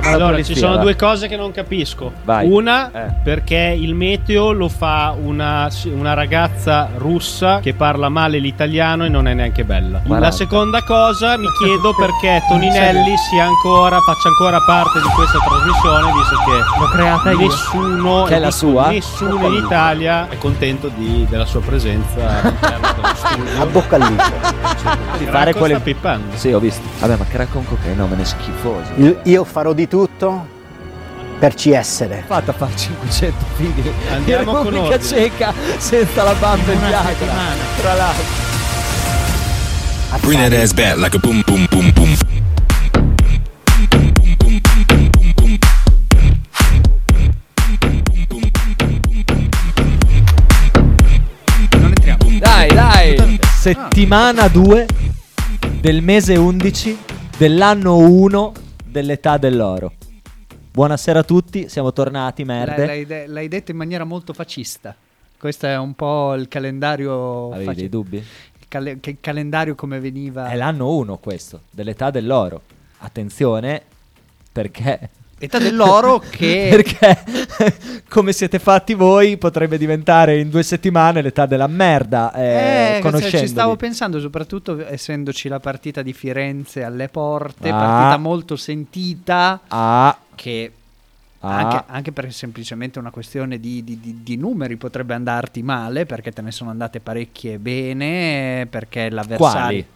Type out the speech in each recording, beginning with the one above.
alla Allora, polizia, ci sono va. due cose che non capisco. Vai. Una, Eh. perché il meteo lo fa una, una ragazza russa che parla male l'italiano e non è neanche bella. Guarda. La seconda cosa, mi chiedo perché Toninelli sia ancora, faccia ancora parte di questa trasmissione, visto che L'ho creata io. nessuno, Che è la sua? nessuno in Italia è contento di- della sua presenza all'interno dello studio. A bocca al lupo. Di Rocco fare sta quelle- pippando. Sì, ho visto. Vabbè, ma Cracon che è nome schifoso. Il- Io farò di tutto per ci essere. fatta a fare 500 figli Andiamo in con Repubblica ordine. Ceca senza la bamba in Una piaga settimana. tra l'altro A Bring that fare- ass back like a boom, boom, boom, boom. Non entriamo. Dai, dai. Settimana 2 Del mese 11 dell'anno 1 dell'età dell'oro. Buonasera a tutti, siamo tornati, merde. L'hai, l'hai de- l'hai detto in maniera molto facista. Questo è un po' il oh, calendario. Avevi faci- dei dubbi? il cale- che il calendario come Ah. veniva. È l'anno 1 questo, dell'età dell'oro. Attenzione, perché... Età dell'oro che. Perché come siete fatti voi potrebbe diventare in due settimane l'età della merda. Eh, Eh, cioè, conoscendovi. ci stavo pensando, soprattutto essendoci la partita di Firenze alle porte, Ah. partita molto sentita, Ah, che ah, anche, anche per semplicemente una questione di, di- di- di numeri potrebbe andarti male, perché te ne sono andate parecchie bene, perché l'avversario... quali?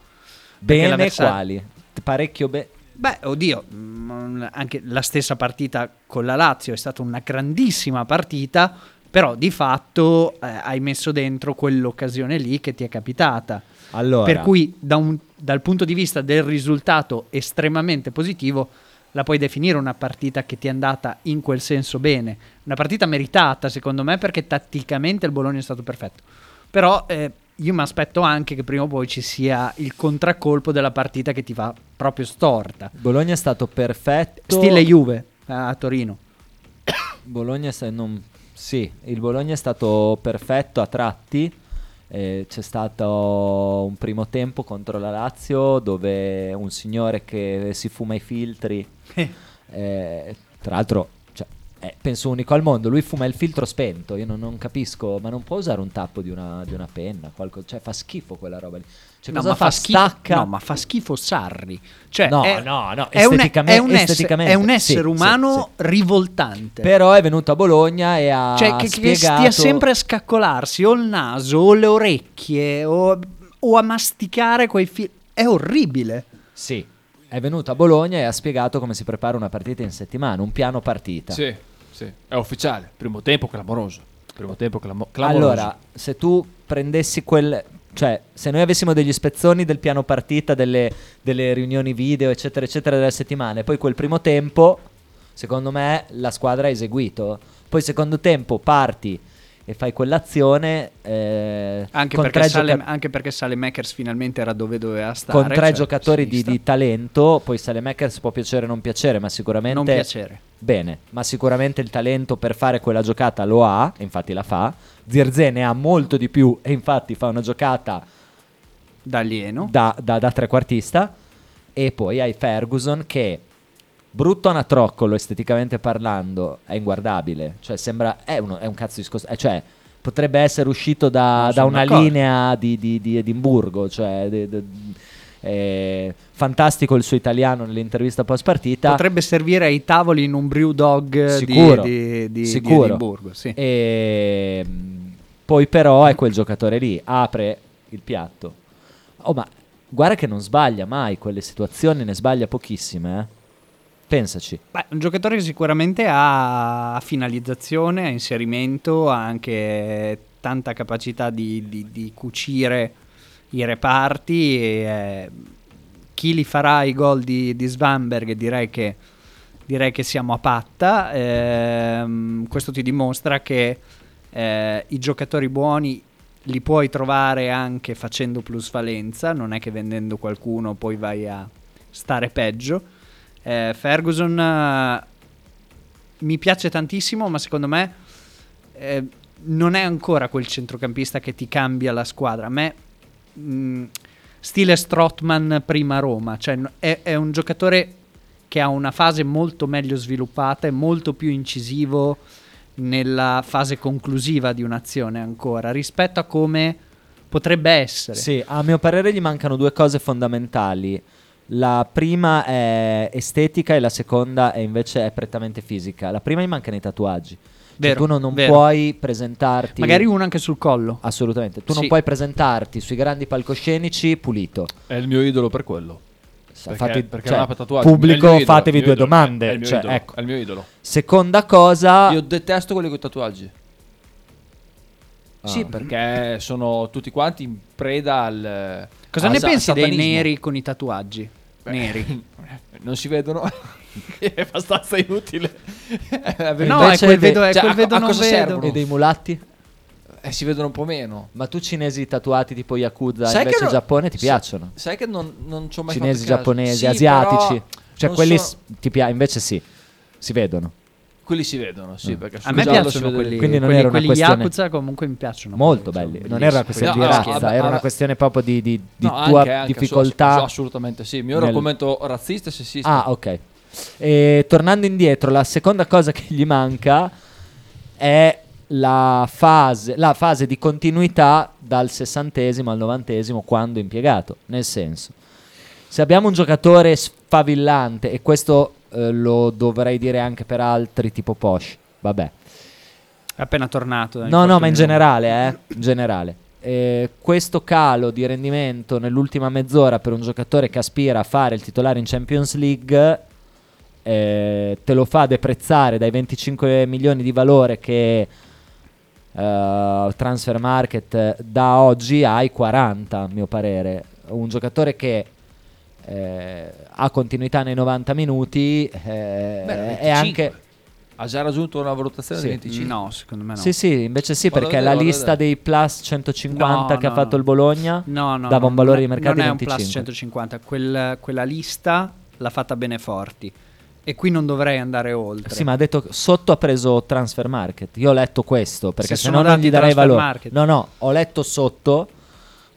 Bene l'avversario- quali? Parecchio bene. Beh, oddio, mm, anche la stessa partita con la Lazio è stata una grandissima partita, però di fatto eh, hai messo dentro quell'occasione lì che ti è capitata. Allora, Per cui da un- dal punto di vista del risultato estremamente positivo la puoi definire una partita che ti è andata in quel senso bene, una partita meritata secondo me perché tatticamente il Bologna è stato perfetto, però eh, io mi aspetto anche che prima o poi ci sia il contraccolpo della partita che ti va proprio storta, Bologna è stato perfetto. stile Juve eh, a Torino. Bologna se non- sì, il Bologna è stato perfetto a tratti. eh, c'è stato un primo tempo contro la Lazio dove un signore che si fuma i filtri, eh, tra l'altro cioè, è penso unico al mondo, lui fuma il filtro spento, io non, non capisco, ma non può usare un tappo di una, di una penna, qualco- cioè fa schifo quella roba lì. Cioè, cosa fa, stacca? no, ma fa schifo Sarri. Cioè, No, è, no, no, è un- esteticamente- è un, ess- esteticamente, è un sì, essere sì, umano sì. rivoltante. Però è venuto a Bologna e ha Cioè, che, che spiegato... stia sempre a scaccolarsi o il naso o le orecchie o, o a masticare quei fili. È orribile. Sì, è venuto a Bologna e ha spiegato come si prepara una partita in settimana, un piano partita. Sì, sì, è ufficiale. Primo tempo clamoroso. Primo tempo clamo- clamoroso. allora, se tu prendessi quel... Cioè, se noi avessimo degli spezzoni del piano partita, delle, delle riunioni video, eccetera, eccetera, delle settimane, e poi quel primo tempo, secondo me la squadra ha eseguito. Poi secondo tempo parti e fai quell'azione... eh, Anche con perché, tre sale, gioca- anche perché Sale Makers finalmente era dove doveva stare. con tre cioè, giocatori a di, sinistra. di talento, poi Saelemaekers può piacere o non piacere, ma sicuramente Non piacere. Bene, ma sicuramente il talento per fare quella giocata lo ha, e infatti la fa. Zirze ne ha molto di più e infatti fa una giocata D'alieno. da, da- da trequartista. E poi hai Ferguson che, brutto anatroccolo esteticamente parlando, è inguardabile. Cioè sembra... è, uno- è un cazzo di scos- eh, Cioè, potrebbe essere uscito da, Non da sono una d'accordo. linea di, di- di Edimburgo. Cioè, de- de- eh, fantastico il suo italiano nell'intervista post partita. Potrebbe servire ai tavoli in un brew dog di- Sicuro, di, di, di sicuro. Edimburgo. Sì. E mm, poi però è quel giocatore lì, apre il piatto. Oh, ma guarda che non sbaglia mai quelle situazioni, ne sbaglia pochissime, eh. Pensaci. Beh, un giocatore che sicuramente ha finalizzazione, ha inserimento, ha anche tanta capacità di, di- di cucire i reparti. e, eh, chi li farà i gol di, di Svanberg direi che, direi che siamo a patta. Ehm, questo ti dimostra che eh, i giocatori buoni li puoi trovare anche facendo plusvalenza, non è che vendendo qualcuno poi vai a stare peggio. Eh, Ferguson eh, mi piace tantissimo, ma secondo me eh, non è ancora quel centrocampista che ti cambia la squadra. A me, mm, mh, stile Strotman prima Roma, cioè n- è, è un giocatore che ha una fase molto meglio sviluppata e molto più incisivo nella fase conclusiva di un'azione ancora rispetto a come potrebbe essere. Sì, a mio parere gli mancano due cose fondamentali. La prima è estetica e la seconda è invece è prettamente fisica. La prima gli mancano i tatuaggi. Cioè, Vero, tu non, non vero. puoi presentarti Magari uno anche sul collo. Ah. Assolutamente. Tu Sì. non puoi presentarti sui grandi palcoscenici pulito. È il mio idolo per quello. Sa- Perché, fate- perché cioè, non ha tatuaggio. È il mio Pubblico, idolo, fatevi è il due mio idolo, domande. È il mio cioè, idolo. ecco. È il mio idolo. Seconda cosa, Io detesto quelli con i tatuaggi. Ah. Sì, perché sono tutti quanti in preda al. Cosa al ne sa- pensi dei satanismo. neri con i tatuaggi? Neri. Non si vedono. è abbastanza inutile. È vero. No, è Invece quel ve- vedo, è cioè, quel a- vedo a non cosa vedo. servono? e dei mulatti? Eh, si vedono un po' meno. Ma tu cinesi tatuati tipo Yakuza Sai che invece no- Giappone ti Sa- piacciono? Sai che non, non ci ho mai cinesi, fatto caso. giapponesi, Sì, asiatici. però Cioè, non quelli so- s- ti pia- invece sì, si vedono. quelli si vedono, sì, perché A me sul giallo si piacciono vede quelli, Quindi non quelli, era una quelli questione- Yakuza comunque mi piacciono. Molto Sono belli. Non era una bellissimi. questione di No, razza, scherzo. era una Vabbè. questione proprio di, di- di No, tua anche- anche, difficoltà. so- so assolutamente sì. Il mio nel- argomento razzista è sessista. Ah, ok. E tornando indietro, la seconda cosa che gli manca è la fase, la fase di continuità dal sessantesimo al novantesimo quando impiegato. Nel senso, se abbiamo un giocatore sfavillante, e questo eh, lo dovrei dire anche per altri, tipo Posh, vabbè. ah, È appena tornato. dai, No, no, ma in infortunio. generale, eh, in generale. Eh, questo calo di rendimento nell'ultima mezz'ora per un giocatore che aspira a fare il titolare in Champions League eh, te lo fa deprezzare dai 25 milioni di valore che eh, Transfer Market da oggi ai 40, a mio parere. Un giocatore che eh, ha continuità nei 90 minuti eh, Beh, è anche... 25. Ha già raggiunto una valutazione Sì. di 25. No, secondo me Ah, no. Mm. Sì, sì, invece sì, Vado a perché vedere, la vado a lista vedere. dei plus 150 No, che ha no, fatto no. il Bologna No, no, dava no, un valore di non è- mercato di Non è un 25. plus 150. Quel- quella lista l'ha fatta Beneforti. E qui non dovrei andare oltre. Sì, ma ha detto che sotto ha preso transfer market. Io ho letto questo perché Se se sono no non dati gli darei transfer valore. market. No, no, ho letto sotto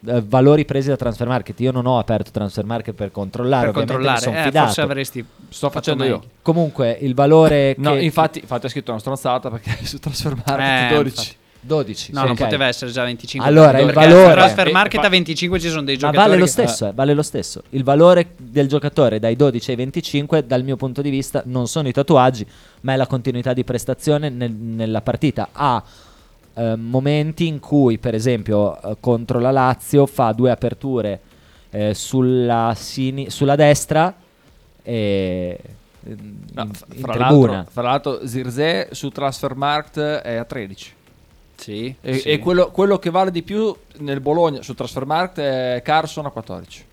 eh, valori presi da transfer market. Io non ho aperto transfer market per controllare, per ovviamente mi controllare, sono eh, fidato. forse avresti. Sto fatto facendo meglio. io. Comunque il valore No, che infatti, infatti ha scritto una stronzata perché su trasformare Eh, 12. 12. No, sì, non ok. poteva essere già 25. Allora, perché il perché valore- al Transfer Eh, market fa- a 25 ci sono dei Ma giocatori. vale lo che- stesso, eh, vale lo stesso. Il valore del giocatore dai 12 ai 25, dal mio punto di vista, non sono i tatuaggi, ma è la continuità di prestazione nel- nella partita. Ha eh, momenti in cui, per esempio, eh, contro la Lazio fa due aperture eh, sulla, sini- sulla destra e in, No, in f- fra, tribuna. l'altro, fra l'altro, Zirze su Transfermarkt è a 13. Sì, E, sì. e quello, quello che vale di più nel Bologna su Transfermarkt è Carson a 14.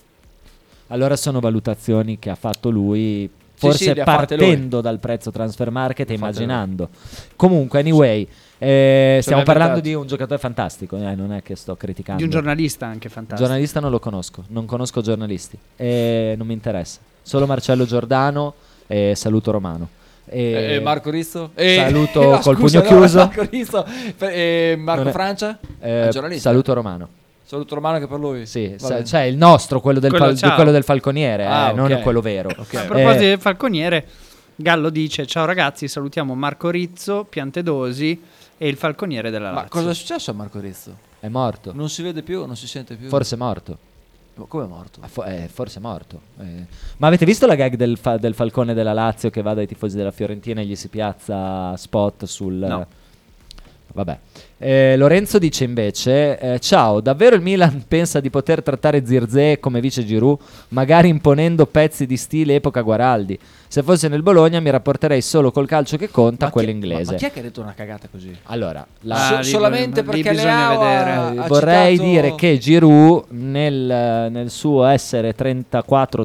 Allora sono valutazioni che ha fatto lui, forse sì, le ha fatte partendo dal prezzo transfer market e Le ha fatte immaginando. Comunque, anyway, eh, stiamo l'ha parlando inventato. di un giocatore fantastico, eh, non è che sto criticando. Di un giornalista anche fantastico. Giornalista non lo conosco, non conosco giornalisti, eh, non mi interessa. Solo Marcello Giordano e saluto Romano. E E, Marco Rizzo? E- saluto no, col pugno scusa, no, chiuso. Marco Rizzo. Per- e Marco Non è- Francia? eh, È un giornalista. saluto Romano. Saluto Romano che per lui. Sì, Va sa- bene. cioè il nostro, quello del, Quello- fal- di ciao. quello del falconiere, Ah, eh, non ok. quello vero. A Ok. proposito Eh, del falconiere, Gallo dice: Ciao ragazzi, salutiamo Marco Rizzo, Piantedosi e il falconiere della Lazio. Ma cosa è successo a Marco Rizzo? è morto. Non si vede più, non si sente più. Forse è morto. Ma Come è morto? Ah, fo- eh, forse è morto. Eh, Ma avete visto la gag del, fa- del falcone della Lazio che va dai tifosi della Fiorentina e gli si piazza spot sul... No. Vabbè. Eh, Lorenzo dice invece, eh, ciao, davvero il Milan pensa di poter trattare Zirze come vice Giroud, magari imponendo pezzi di stile epoca Guaraldi? Se fosse nel Bologna mi rapporterei solo col calcio che conta, Ma chi- quello Ma, inglese. ma chi è che ha detto una cagata così? Allora, la... Ah, So- lì- solamente lì perché bisogna Leao vedere. ha- ha Vorrei citato- dire che Giroud nel, nel suo essere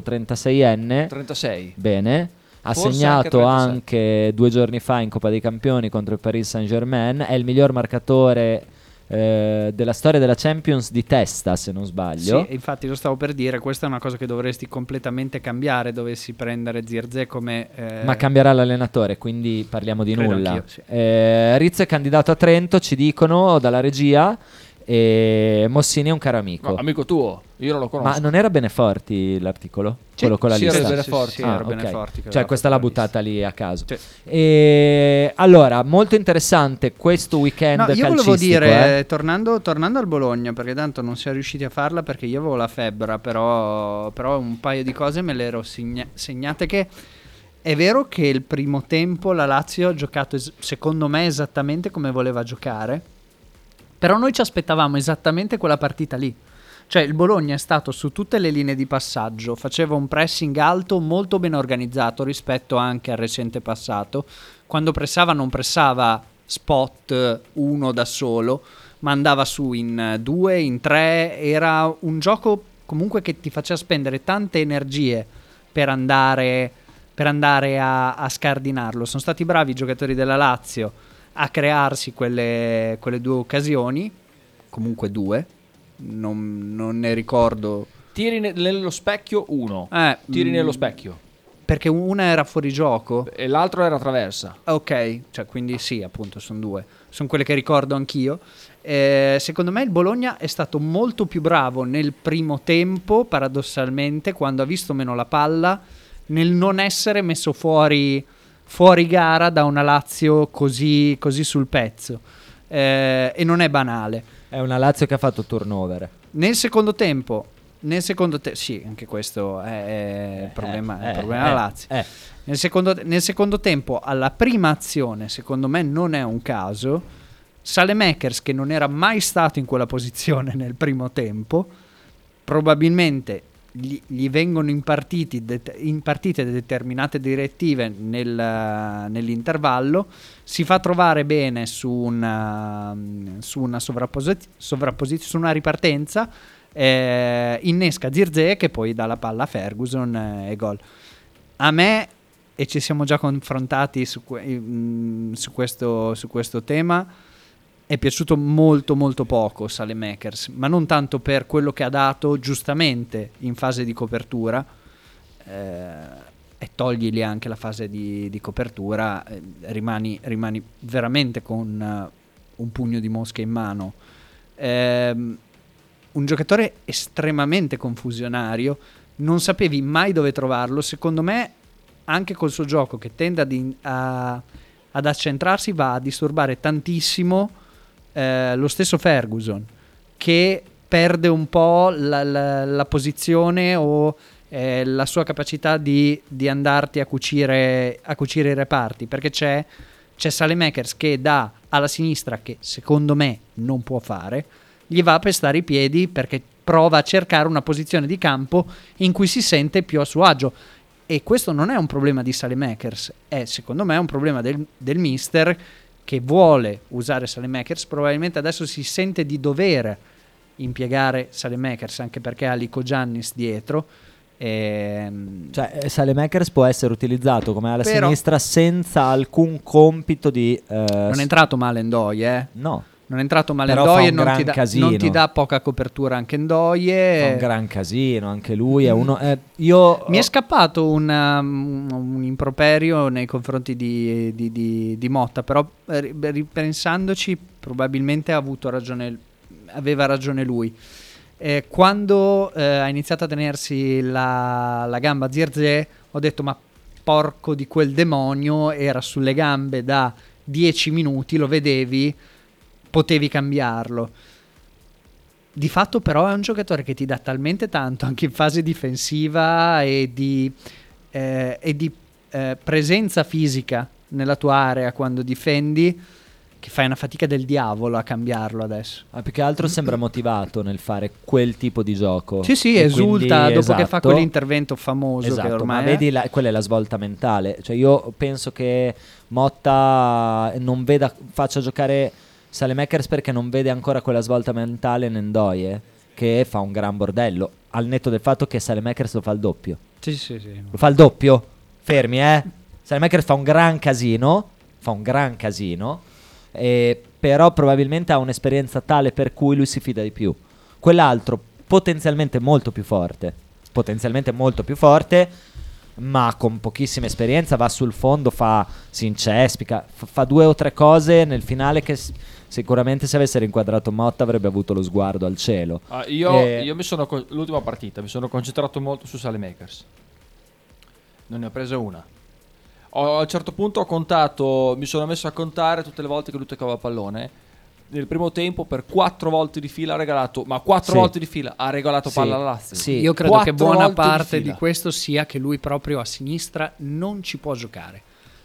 34-36enne 36. Bene. Ha Forse segnato anche anche due giorni fa in Coppa dei Campioni contro il Paris Saint-Germain. È il miglior marcatore eh, della storia della Champions di testa, se non sbaglio. Sì, infatti lo stavo per dire, questa è una cosa che dovresti completamente cambiare, dovessi prendere Zirze come... eh, Ma cambierà l'allenatore, quindi parliamo di Credo nulla. anch'io, sì. Eh, Rizzo è candidato a Trento, ci dicono dalla regia. e Mossini è un caro amico. Ma, amico tuo, io non lo conosco. Ecco. Ma non era Beneforti l'articolo? Quello con la sì, lista? era Beneforti. Sì, sì, Ah, era ok. Beneforti che Cioè, aveva questa fatto l'ha la buttata lì a caso. Sì. E, allora, molto interessante questo weekend No, io volevo calcistico, dire, eh. tornando, tornando al Bologna, perché tanto non si è riusciti a farla perché io avevo la febbra, però, però un paio di cose me le ero segna- segnate che è vero che il primo tempo la Lazio ha giocato es- secondo me esattamente come voleva giocare, però noi ci aspettavamo esattamente quella partita lì. Cioè il Bologna è stato su tutte le linee di passaggio, faceva un pressing alto molto ben organizzato rispetto anche al recente passato. Quando pressava non pressava spot eh, uno da solo, ma andava su in eh, due, in tre. Era un gioco comunque che ti faceva spendere tante energie per andare, per andare a, a scardinarlo. Sono stati bravi i giocatori della Lazio a crearsi quelle, quelle due occasioni, comunque due, non, non ne ricordo. Tiri ne- nello specchio uno. Eh, Tiri mm, nello specchio. Perché una era fuori gioco. E l'altro era traversa. Ok, cioè quindi sì, appunto, sono due. Sono quelle che ricordo anch'io. Eh, secondo me il Bologna è stato molto più bravo nel primo tempo, paradossalmente, quando ha visto meno la palla, nel non essere messo fuori, fuori gara da una Lazio così, così sul pezzo. Eh, e non è banale. È una Lazio che ha fatto turnover. Nel secondo tempo, nel secondo te- sì, anche questo è, è problema, è eh, problema eh, della Lazio. eh. Nel, secondo, nel secondo tempo, alla prima azione, secondo me non è un caso, Makers che non era mai stato in quella posizione nel primo tempo, probabilmente gli, gli vengono impartiti det- impartite determinate direttive nel, eh, nell'intervallo, si fa trovare bene su una, su una, sovrapposi- sovrapposi- su una ripartenza, eh, innesca Zirze che poi dà la palla a Ferguson eh, e gol. A me, e ci siamo già confrontati su, que- mm, su questo, su questo tema, è piaciuto molto molto poco Makers, ma non tanto per quello che ha dato giustamente in fase di copertura eh, e toglili anche la fase di, di copertura, eh, rimani, rimani veramente con eh, un pugno di mosche in mano. Ehm, un giocatore estremamente confusionario, non sapevi mai dove trovarlo, secondo me anche col suo gioco che tende ad, in- a- ad accentrarsi va a disturbare tantissimo eh, lo stesso Ferguson che perde un po' la, la- la posizione o eh, la sua capacità di, di andarti a cucire, a cucire i reparti perché c'è, c'è Makers che dà alla sinistra che secondo me non può fare gli va a pestare i piedi perché prova a cercare una posizione di campo in cui si sente più a suo agio e questo non è un problema di Makers, è secondo me un problema del, del mister che vuole usare Makers, probabilmente adesso si sente di dover impiegare Makers anche perché ha Lico Giannis dietro. ehm, Cioè, eh, Salemakers può essere utilizzato come alla Però- sinistra senza alcun compito di... eh, non è entrato male Ndoye, eh. No, Non è entrato male Però fa Ndoye, un non ti, gran dà, casino. non ti dà poca copertura anche Ndoye. è un gran casino, anche lui è uno... eh, io... Eh. Mm. Mi è scappato un, um, un improperio nei confronti di, di- di- di Motta, però eh, ri- ripensandoci probabilmente ha avuto ragione, aveva ragione lui. Eh, quando eh, ha iniziato a tenersi la, la gamba Zirze ho detto ma porco di quel demonio, era sulle gambe da 10 minuti, lo vedevi, potevi cambiarlo. Di fatto, però, è un giocatore che ti dà talmente tanto anche in fase difensiva e di, eh, e di, eh, presenza fisica nella tua area quando difendi, che fai una fatica del diavolo a cambiarlo adesso. Ah, più che altro sembra motivato nel fare quel tipo di gioco. Sì, sì, Oh. E esulta quindi- dopo che fa esatto. quell'intervento famoso Esatto, che ormai. ma è. vedi, la- quella è la svolta mentale. Cioè, io penso che Motta non veda, faccia giocare Salemakers perché non vede ancora quella svolta mentale in Endoye, che fa un gran bordello. Al netto del fatto che Salemakers lo fa il doppio. Sì, sì, sì. Lo fa il doppio. Fermi, eh. Salemakers fa un gran casino. Fa un gran casino. eh, però probabilmente ha un'esperienza tale per cui lui si fida di più. Quell'altro potenzialmente molto più forte. Potenzialmente molto più forte. ma con pochissima esperienza, va sul fondo, fa, si incespica, fa, fa due o tre cose nel finale che s- sicuramente se avesse rinquadrato Motta avrebbe avuto lo sguardo al cielo. Ah, io, Eh, io mi sono con- l'ultima partita mi sono concentrato molto su Salemakers. Non ne ho presa una. Ho- a un certo punto ho contato, mi sono messo a contare tutte le volte che lui toccava il pallone. Nel primo tempo per quattro volte di fila ha regalato, ma quattro Sì. volte di fila ha regalato Sì, palla alla Lazio. sì. Io credo eh, Quattro che buona volte parte di, fila. questo sia che lui proprio a sinistra non ci può giocare.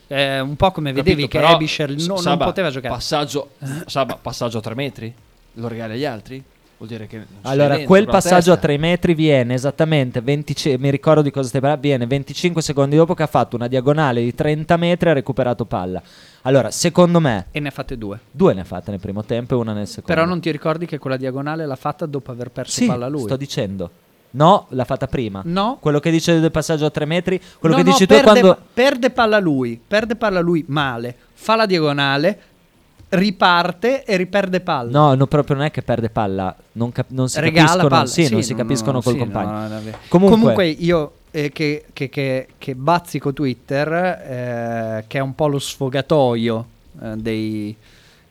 Eh, un po' come Capito, vedevi che però, Abisher S- non, Saba, poteva giocare. Passaggio, Saba, passaggio a tre metri? Lo regali agli altri? Vuol dire che. non ci sei Allora, dentro, quel con la passaggio a testa. 3 metri viene esattamente 25, mi ricordo di cosa stai parlando, viene 25 secondi dopo che ha fatto una diagonale di 30 metri e ha recuperato palla. Allora, secondo me, e ne ha fatte due. due ne ha fatte nel primo tempo e una nel secondo. Però non ti ricordi che quella diagonale l'ha fatta dopo aver perso sì, palla lui? sto dicendo. No, l'ha fatta prima. No. Quello che dice del passaggio a 3 metri, quello No, che no, dici tu è perde, quando perde palla lui, perde palla lui male, fa la diagonale, riparte e riperde palla. No, no, proprio non è che perde palla, non, cap- non si regala capiscono, palla. sì, non Sì, si no, capiscono no, col sì, compagno. no, no, no. Comunque, Comunque io eh, che, che- che- che bazzico Twitter, eh, che è un po' lo sfogatoio eh, dei,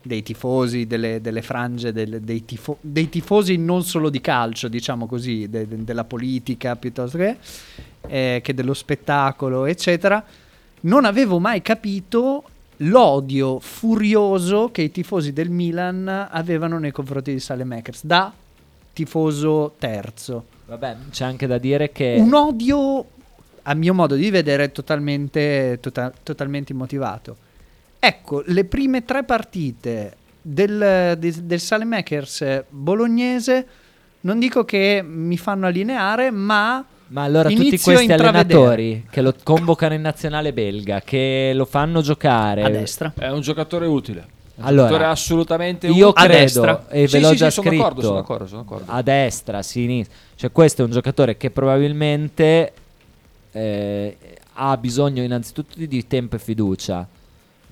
dei tifosi, delle, delle frange, delle- dei, tifo- dei tifosi non solo di calcio, diciamo così, de- de- della politica piuttosto che, eh, che dello spettacolo, eccetera, non avevo mai capito l'odio furioso che i tifosi del Milan avevano nei confronti di Salemekers da tifoso terzo vabbè, c'è anche da dire Eh. che un odio, a mio modo di vedere, totalmente, tota- totalmente immotivato. Ecco, le prime tre partite del, di- del Salemakers bolognese, non dico che mi fanno allineare, ma... Ma allora tutti Inizio a questi intravedere. allenatori che lo convocano in nazionale belga, che lo fanno giocare A destra. È un giocatore utile. È un Allora, giocatore assolutamente io utile. credo, A destra. e ve Sì, l'ho sì, già sì, sono d'accordo, scritto. Ah, sono d'accordo, sono d'accordo. a destra, a sinistra. Cioè questo è un giocatore che probabilmente eh, ha bisogno innanzitutto di- di tempo e fiducia,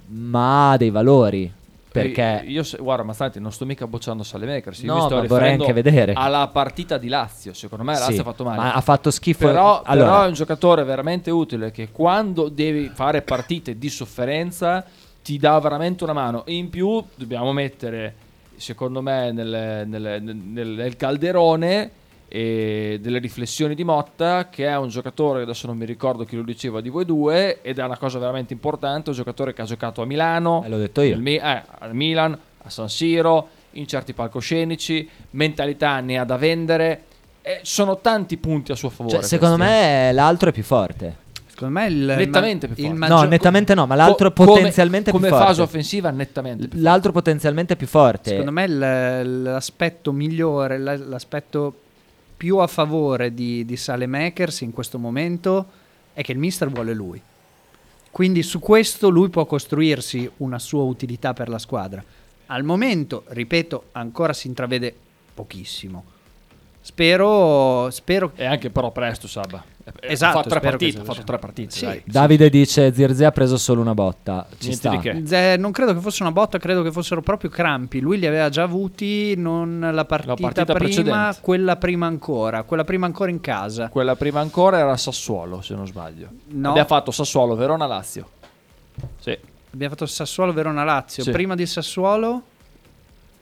ma ha dei valori. Perché Eh, io se- guarda, ma stanti, non sto mica bocciando Salemakers. Io No, mi sto ma vorrei riferendo anche vedere. alla partita di Lazio. Secondo me, la Lazio sì, ha fatto male. ma ha fatto schifo. Però, allora, però è un giocatore veramente utile che quando devi fare partite di sofferenza ti dà veramente una mano. In più dobbiamo mettere, secondo me, nel, nel- nel- nel calderone eh, delle riflessioni di Motta, che è un giocatore, adesso non mi ricordo chi lo diceva di voi due, ed è una cosa veramente importante, un giocatore che ha giocato a Milano, eh, l'ho detto io. il Mi- eh, al Milan, a San Siro, in certi palcoscenici, mentalità ne ha da vendere. Eh, sono tanti punti a suo favore. Cioè, secondo questi. me l'altro è più forte. Secondo me il... Nettamente più il forte. maggior- No, nettamente Cioè, no, ma l'altro Co- come- potenzialmente come, più forte. fase offensiva nettamente più L'altro potenzialmente più forte. Secondo me il- l'aspetto migliore, la- l'aspetto più a favore di, di Makers in questo momento è che il mister vuole lui. Quindi su questo lui può costruirsi una sua utilità per la squadra. Al momento, ripeto, ancora si intravede pochissimo. Spero, spero E anche però presto Sabba. Eh, Esatto, ha fatto tre spero che partite, sia ha fatto così. tre partite, Sì. dai. Davide dice Zirze ha preso solo una botta. Ci Niente sta. di che. Ze- non credo che fosse una botta, credo che fossero proprio crampi. Lui li aveva già avuti, non la partita, partita prima, precedente. quella prima ancora, quella prima ancora in casa. Quella prima ancora era Sassuolo, se non sbaglio. No. Abbiamo fatto Sassuolo, Verona, Lazio. Sì. Abbiamo fatto Sassuolo Verona Lazio. Sì. Prima di Sassuolo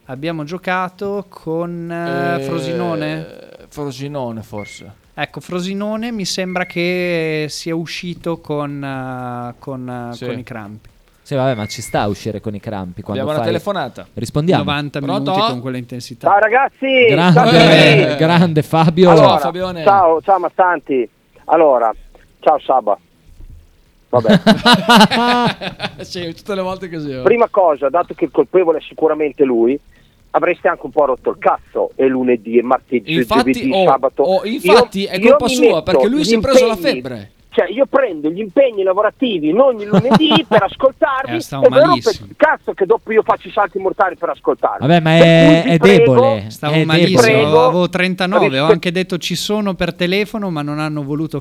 abbiamo giocato con eh, Eh, Frosinone. Frosinone forse. Ecco, Frosinone mi sembra che sia uscito con, eh, con, eh, Sì. con i crampi. Sì, vabbè, ma ci sta a uscire con i crampi. Quando Abbiamo una fai... telefonata. Rispondiamo. 90 Pronto? minuti con quella intensità. Ciao ragazzi, ciao, Grande, Gianni. Eh. grande Fabio. Allora, Allora, Fabione. ciao, ciao Massanti. Allora, ciao Saba. Vabbè, Ah. sì, tutte le volte così. oh. prima cosa, dato che il colpevole è sicuramente lui, avreste anche un po' rotto il cazzo e lunedì e martedì, e Infatti, giovedì, oh, sabato. oh, infatti Io- è io colpa mi sua metto perché lui gli si è preso la impegni- febbre. Cioè, io prendo gli impegni lavorativi in ogni lunedì per ascoltarvi Eh, e stavo me lo rompe malissimo. il cazzo che dopo io faccio i salti mortali per ascoltarvi. Vabbè, ma Per è, cui vi è prego, debole. Stavo è malissimo, debole. Eh, Prego. avevo 39, ho Rispe- anche detto ci sono per telefono, ma non hanno voluto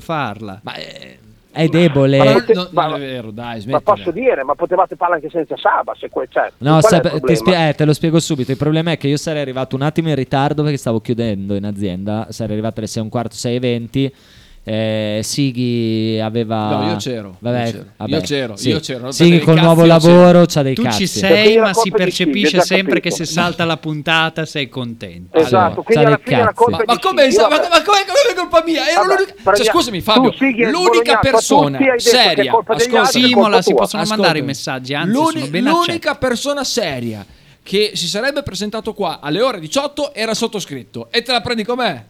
farla. Ma è, è debole. Ma pote- ma- vero, dai, ma posso dire, ma potevate farlo anche senza Saba, se que- cioè, No, qual è sai, il per- ti problema? spie- eh, te lo spiego subito. Il problema è che io sarei arrivato un attimo in ritardo perché stavo chiudendo in azienda. Sarei arrivato alle 6 e un quarto, 6 e 20. eh, Sighi aveva... No, io c'ero, Vabbè, io c'ero, vabbè, io c'ero, sì. io c'ero. Sighi Perché col cazzo nuovo io c'ero. lavoro c'ha dei tu cazzi. ci Perché sei, la ma si colpa di chi? Ho percepisce già sempre che capito. se salta la puntata sei contento. Allora, Esatto, quindi alla c'ha dei fine la cazzi. colpa è Ma di come Sighi. ma, Io- ma come come è colpa mia? Ero Vabbè, l'unica. Prendi- Cioè, scusami, Fabio, Tu, Sighi, hai l'unica sbolognato, persona tutti hai detto che è seria. colpa degli Ascolta, altri, è Simola, colpa si tua. possono mandare i messaggi, anzi, l'uni- sono ben l'unica persona seria che si sarebbe presentato qua alle ore 18 era sottoscritto. E te la prendi com'è?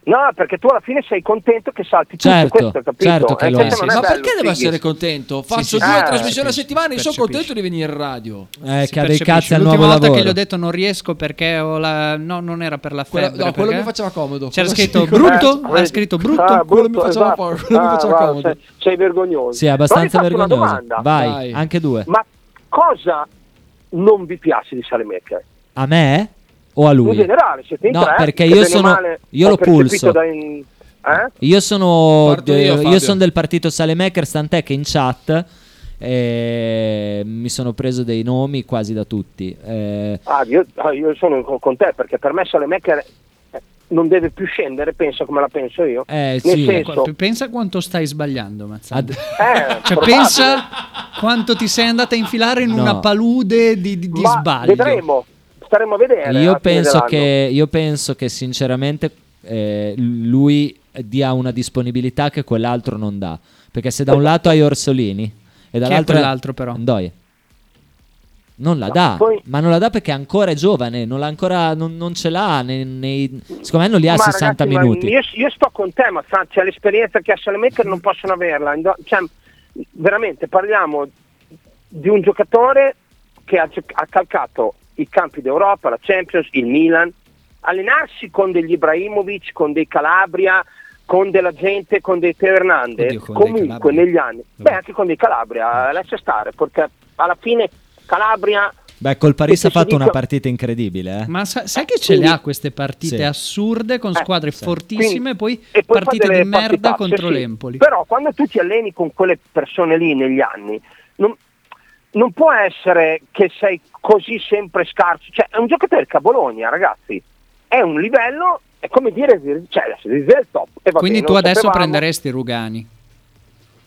No, perché tu alla fine sei contento che salti tutto, Certo, questo, capito? certo che Eh, lo questo è. non ma bello, perché devo Sighi. essere contento? Faccio sì, due sì, trasmissioni a sì, settimana e sono percepisci. contento di venire in radio. Eh, Si che ha dei percepisce. cazzi al L'ultima nuovo volta lavoro. che gli ho detto non riesco perché ho la... no, non era per la Quella- febbre. no, quello perché- mi faceva comodo. C'era Quello scritto sì. brutto? Eh, ha scritto brutto? ah, quello mi faceva esatto. paura, quello mi Ah, faceva guarda, comodo. Sei, sei vergognoso. Sì, è abbastanza Però vi faccio una vergognoso. domanda. Vai, Vai. anche due. Ma cosa non vi piace di Salemecchia? A me o a In lui? generale, siete in No, tre, perché che io bene o sono- male io ho lo percepito pulso. da in- eh? Io sono, Parto io, de- Fabio. sono del partito Salemekers, tant'è che in chat eh, mi sono preso dei nomi quasi da tutti. Eh, Ah, io, ah, io sono con, con te perché per me Salemecchia eh, non deve più scendere, pensa come la penso io. eh, Nel sì. senso- Qua- Pensa quanto stai sbagliando, Mazzano. Ad- Eh, Cioè, probabile. pensa quanto ti sei andata a infilare in No. una palude di, di- di Ma sbagli. Vedremo, staremo a vedere. alla io, fine penso dell'anno. che, io penso che sinceramente eh, lui dia una disponibilità che quell'altro non dà. Perché se da un lato hai Orsolini e dall'altro... quell'altro, però? Ndoye. Non la dà, poi- ma non la dà perché ancora è giovane, non, l'ha ancora, non, non ce l'ha. Nei, nei- secondo me non li ha Ma 60 ragazzi, ma minuti. Io, io sto con te, ma fra- cioè, l'esperienza che ha Salemaker non possono averla. Indo- cioè, veramente parliamo di un giocatore che ha, gioc- ha calcato i campi d'Europa, la Champions, il Milan. Allenarsi con degli Ibrahimovic, con dei Calabria, con della gente, con dei Teo Hernandez, Oddio, con dei comunque Calabria. negli anni. Beh, anche con dei Calabria, eh, lascia stare, perché alla fine Calabria Beh, col Paris Perché ha ci fatto una dico- partita incredibile. eh. Ma sa- sai che ce le ha queste partite Sì. assurde con Eh, squadre sì. fortissime e Quindi- poi e poi partite fa delle di merda partitacce, contro sì. l'Empoli? Però quando tu ti alleni con quelle persone lì negli anni, non, non può essere che sei così sempre scarso. Cioè, è un giocatore che a Bologna, ragazzi, è un livello, è come dire, cioè, adesso Zirze è il top. E va Quindi bene, tu lo adesso sapevamo. prenderesti Rugani.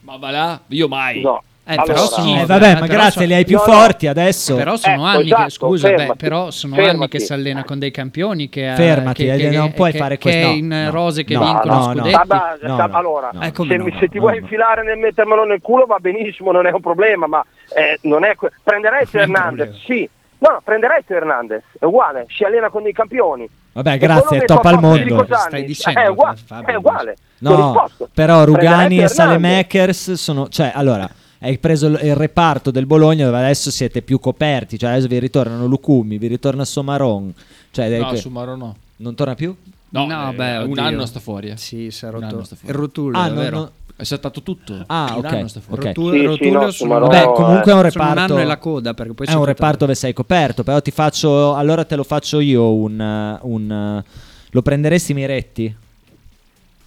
Ma va là, io mai. No. Eh, però sono- Eh, vabbè, ma però grazie, so- li hai più no, no. forti adesso. Però sono Ecco, anni che esatto, scusa, beh, fermati, però sono anni fermati. che si allena con dei campioni che ha- Fermati, che, eh, che- non puoi che- fare che questo. è No, in eh, no. rose che No, vincono no, no. scudetti. Vabbè, no, sta- no, allora, no. se, Eh, come no, mi- se ti no, vuoi no. infilare nel mettermelo nel culo va benissimo, non è un problema, ma eh, non è que- prenderei Teo Hernandez, sì. No, no, prenderei Teo Hernandez, è uguale, si allena con dei campioni. Vabbè, E grazie, quello è che top fa al Fabio mondo. Ricordanni, Stai dicendo, è uguale, Fabio, è uguale. Ti ho No, risposto. però Rugani Prenderete e Hernandez. Salemekers sono... Cioè, allora, hai preso il il reparto del Bologna dove adesso siete più coperti. Cioè, adesso vi ritornano Lucumi, vi ritorna Somaron. Cioè, dai, No, que- su Maro no. non torna più? No, No, eh, beh, un oddio. anno sta fuori. eh. Sì, si è Un anno rotto. Eh. sta È fuori. rotullo, Ah, è non, vero. non- È saltato tutto. ah, Un anno sta ok. fuori. ok. Rotu- Sì, sì, rotullo no, sono- eh. Sumarò- Vabbè, comunque è un sono un reparto. anno e la coda, perché poi è si un vota- reparto dove sei coperto. Però ti faccio. Allora te lo faccio io un. un lo prenderesti Miretti?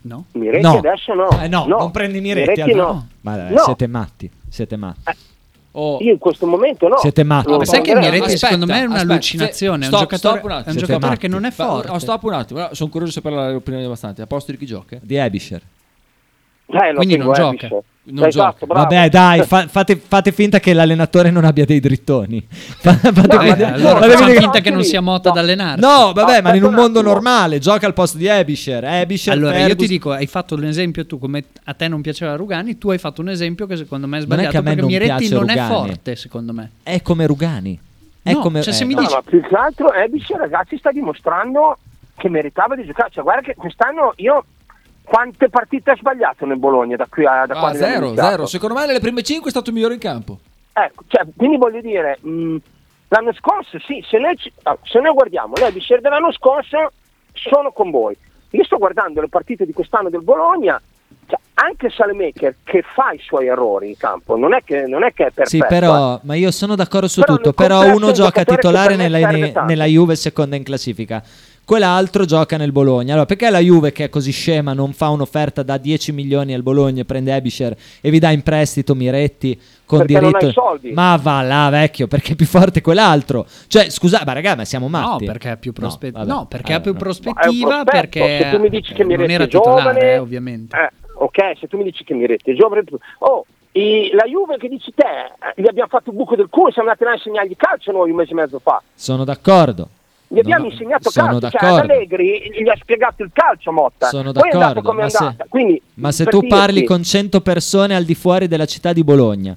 No? Miretti No. adesso no. Eh, no, non prendi Miretti. allora. no. Ma dai, No. Eh. siete matti. Siete matti. Oh, Io in questo momento no. Siete matti. Non Ma lo sai che prenderei. Miretti Aspetta, secondo me è aspetta, un'allucinazione, è un stop, giocatore, stop un attimo. è un Siete giocatore matti. che non è fa- forte. oh, stop un attimo. no, Sono curioso di sapere l'opinione di Bastanti. A posto di chi gioca? Di Ebisher. Eh, lo Quindi non tengo, eh, gioca. visto. Non Dai, gioca. esatto, bravo. Vabbè, dai, fa- fate, fate finta che l'allenatore non abbia dei drittoni. Fa- fate No, Eh, ma finta- dai, allora fate facciamo finta- finta che non sia motta ad No. allenarsi. No, vabbè, ma in un Aspetta un mondo attimo. normale. Gioca al posto di Ebisher. Ebisher Allora, io ti Ferguson- dico, hai fatto un esempio tu come a te non piaceva Rugani, tu hai fatto un esempio che secondo me è Non è sbagliato che a me perché non Miretti piace non è Rugani. forte, secondo me. È come Rugani. È No, come. cioè, se eh, mi no. No, ma più che altro Ebisce ragazzi sta dimostrando che meritava di giocare. Cioè, guarda che quest'anno io quante partite ha sbagliato nel Bologna da qui a da Ah, quando è zero, iniziato? zero. Secondo me nelle prime 5 è stato il migliore in campo. Ecco, cioè, quindi voglio dire, mh, l'anno scorso sì, se noi, ci- ah, se noi guardiamo le Ebisce dell'anno scorso sono con voi. Io sto guardando le partite di quest'anno del Bologna, cioè, anche Salemaker che fa i suoi errori in campo, non è che, non è, che è perfetto. Sì, eh. però, ma io sono d'accordo su Però nel tutto. Però complesso è uno un gioca giocatore che titolare per me nella, serve tanto. nella Juve seconda in classifica. Quell'altro gioca nel Bologna. Allora, perché la Juve, che è così scema, non fa un'offerta da 10 milioni al Bologna e prende Ebisher e vi dà in prestito Miretti con Perché non diritto? ha i soldi. Ma va là, vecchio, perché è più forte quell'altro. Cioè, scusa, ma raga, ma siamo matti. No, perché ha più prospettiva. vabbè. No, perché ha Allora, più no. Ma è un prospettiva prospetto. perché se tu mi dici che non Miretti era è giovane, titolare, eh, ovviamente. eh, ok? Se tu mi dici che Miretti è giovane, oh, i- la Juve che dici te, eh, gli abbiamo fatto il buco del culo, siamo andati là a insegnargli calcio noi un mese e mezzo fa. Sono d'accordo. Gli abbiamo No, no, insegnato sono calcio, cioè ad d'accordo. Allegri gli ha spiegato il calcio Motta. Sono Poi è andato d'accordo, come è ma se, andata. Quindi, ma se per tu dirti- parli con 100 persone al di fuori della città di Bologna,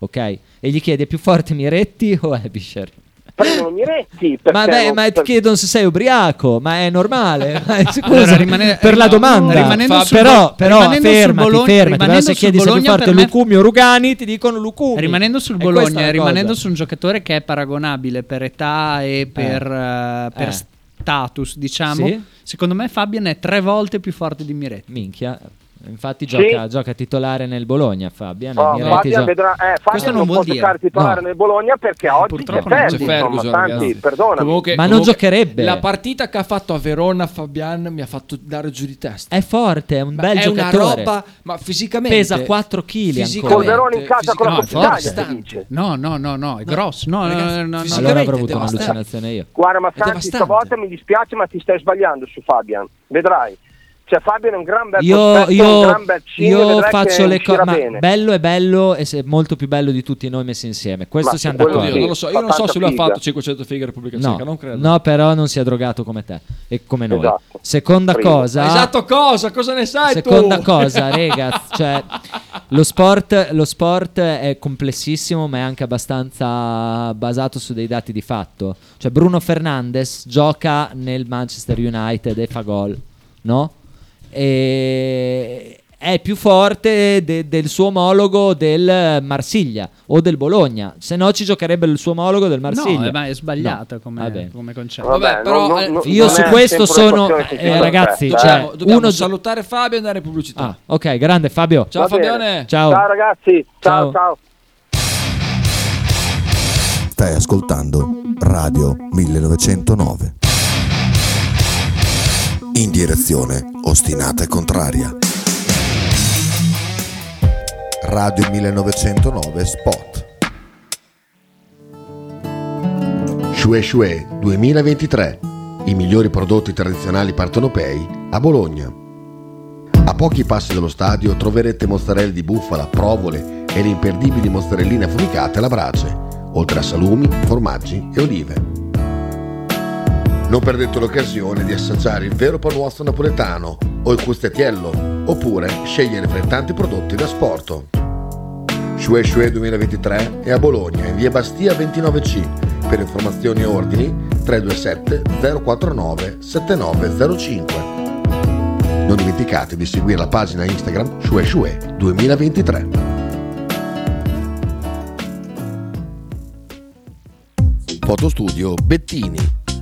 ok? E gli chiedi è più forte Miretti o Ebischer? prendono Miretti perché Ma, beh, non- ma ti per- chiedono se sei ubriaco, ma è normale. Ma scusa, Allora, rimane- per la rim- domanda. rimanendo Fa- sul però, Bo- però rimanendo sul fermati, Bologna- fermati. rimanendo allora se sul chiedi se è più Bologna, forte per me- Lucumi o Rugani, ti dicono Lucumi. Rimanendo sul E questa è Bologna, la cosa. rimanendo su un giocatore che è paragonabile per età e per, eh, per Eh. status, diciamo, Sì. secondo me Fabian è tre volte più forte di Miretti. Minchia. Infatti gioca, gioca titolare nel Bologna, eh, Fabian. Oh, Miretti Fabian gioca- vedrà, eh, Questo Fabian non non vuol può dire. giocare titolare No. nel Bologna perché oggi c'è purtroppo non C'è Ferdi, Ferguson, insomma, tanti, ragazzi. perdonami. Comunque- Ma non comunque giocherebbe. La partita che ha fatto a Verona Fabian mi ha fatto dare giù di testa. È forte, è un Ma bel è giocatore. una roba, ma fisicamente Pesa 4 kg Fisicamente- ancora. Polverone in casa con la No, è Coppa forte. Italia, si dice. No, no, no, no, è grosso. No, no, ragazzi, no, no, no. Allora Fisicamente avrò avuto è devastante. un'allucinazione io. Guarda, ma Santi, devastante. stavolta mi dispiace, ma ti stai sbagliando su Fabian. Vedrai. Cioè, Fabian è un gran bel Io, prospetto, io- un gran bel cigno, io vedrai faccio che le cose. uscirà Ma bene. bello è bello e se- è molto più bello di tutti noi messi insieme. Questo Ma siamo quello d'accordo. Oddio, non lo so, io Fa non so tanta se lui ha figa. fatto 500 fighe in Repubblica No, Ceca, non credo. no, però non si è drogato come te e come noi. Esatto. Seconda Primo. cosa, Esatto, cosa? Cosa ne sai seconda tu? cosa, rega, cioè, lo, sport, lo sport è complessissimo, ma è anche abbastanza basato su dei dati di fatto. Cioè, Bruno Fernandes gioca nel Manchester United e fa gol, no? E è più forte de- del suo omologo del Marsiglia o del Bologna, se no ci giocherebbe il suo omologo del Marsiglia. No, eh, Ah, ma è sbagliata No, va come, bene. come concetto. Vabbè, Vabbè, non- però, non- eh, non- Io non su è questo sempre sono- questione che eh, si sta ragazzi, in cioè, fretta, eh. Dobbiamo, dobbiamo uno- salutare Fabio e andare in pubblicità. Ah, ok, grande Fabio. Ciao Va bene. Fabione. Ciao. Ciao ragazzi, Ciao. ciao. ciao. Stai ascoltando Radio 1909. In direzione ostinata e contraria. Radio 1909 Spot. Shue Shue 2023. I migliori prodotti tradizionali partenopei a Bologna. A pochi passi dallo stadio troverete mozzarella di bufala, provole e le imperdibili mozzarelline affumicate alla brace, oltre a salumi, formaggi e olive. Non perdete l'occasione di assaggiare il vero panuozzo napoletano o il custettiello, oppure scegliere fra i tanti prodotti da sporto. Shue Shue 2023 è a Bologna in via Bastia 29C. Per informazioni e ordini 327 049 7905. Non dimenticate di seguire la pagina Instagram Shue Shue 2023. Fotostudio Bettini,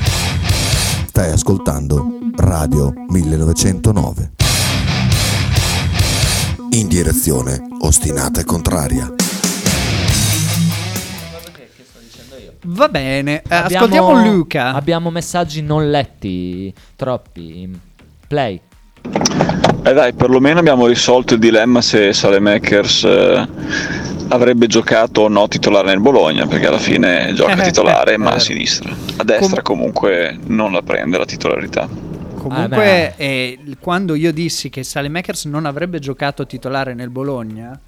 Stai ascoltando Radio 1909. In direzione ostinata e contraria. Va bene, eh, Abbiamo- ascoltiamo Luca. Abbiamo messaggi non letti, troppi. Play. Eh dai, perlomeno abbiamo risolto il dilemma se Salemakers eh, avrebbe giocato o no titolare nel Bologna, perché alla fine gioca Eh, titolare ma a sinistra. A destra comunque non la prende la titolarità. Ah, Comunque, eh, quando io dissi che Salemakers non avrebbe giocato titolare nel Bologna,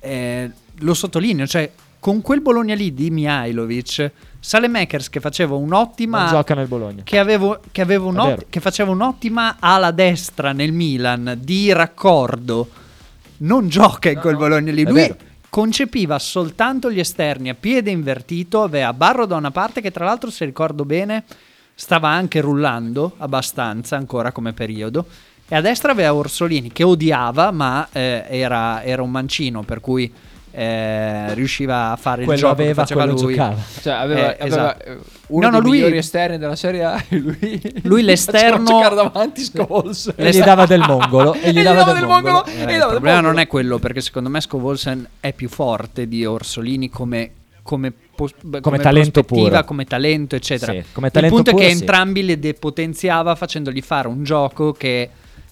eh, lo sottolineo, cioè con quel Bologna lì di Mihailovic, Salemakers che faceva un'ottima... Non gioca nel Bologna. Che, avevo- che aveva un È ot- vero. che faceva un'ottima ala destra nel Milan di raccordo, non gioca in quel Bologna lì. È Lui vero. concepiva soltanto gli esterni a piede invertito, aveva Barro da una parte che tra l'altro se ricordo bene stava anche rullando abbastanza ancora come periodo. E a destra aveva Orsolini che odiava, ma eh, era, era un mancino, per cui eh, riusciva a fare Quello il gioco aveva, che faceva quello lui. giocava. Cioè, aveva, Eh, aveva, esatto. eh, uno No, no, dei lui- migliori esterni della Serie A. e Eh, Lui, Lui l'esterno- faceva giocare davanti scolse. E gli dava del mongolo. E gli dava del mongolo. Eh, e gli il dava del problema mongolo. non è quello, perché secondo me Scovolsen è più forte di Orsolini come, come, pos- beh, come talento prospettiva, puro. come talento, eccetera. Sì, come talento Il punto è puro, che sì. entrambi li depotenziava facendogli fare un gioco che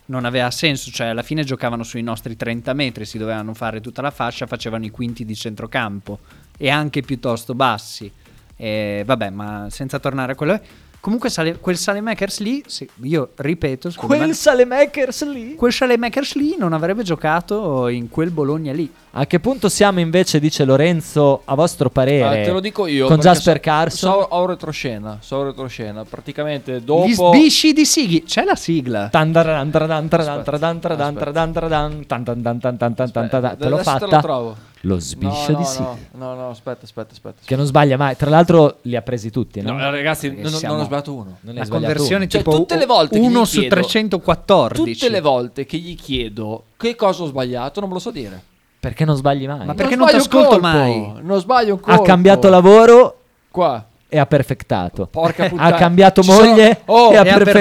non aveva senso, cioè alla fine giocavano sui nostri 30 metri, si dovevano fare tutta la fascia, facevano i quinti di centrocampo e anche piuttosto bassi. Eh, vabbè, ma senza tornare a quello. Comunque, sale- quel Salemakers lì, se- io ripeto, secondo me- Quel Salemakers lì. quel Salemakers lì non avrebbe giocato in quel Bologna lì. A che punto siamo invece, dice Lorenzo, a vostro parere? Ah, te lo dico io. Con perché Jasper so- Carson. So, ho retroscena. So retroscena. Praticamente dopo. Gli sbisci di Sighi, c'è la sigla. Tandaran, tradan, tradan, Aspetta, tradan, tradan, aspetta. tradan, tradan, tan, tan, tan, tan, tan, tan, tan, tan, tan. Te l'ho Adesso fatta. Te lo trovo. Lo sbiscia No, di no, sì. No, no, no, aspetta, aspetta, aspetta. Che non sbaglia mai. Tra l'altro li ha presi tutti, no? No, ragazzi, non, non siamo- ho sbagliato uno. Non ne La hai sbagliato conversione uno. Cioè, tipo tutte le u- volte che uno gli su chiedo- 314. Tutte le volte che gli chiedo che cosa ho sbagliato, non me lo so dire. Perché non sbagli mai? Ma perché non ti sbaglio ascolto un colpo, mai? Non sbaglio un colpo. Ha cambiato lavoro Qua. e ha perfettato. Porca ha puttana. cambiato Ci sono- moglie Oh, e ha e ha perfettato.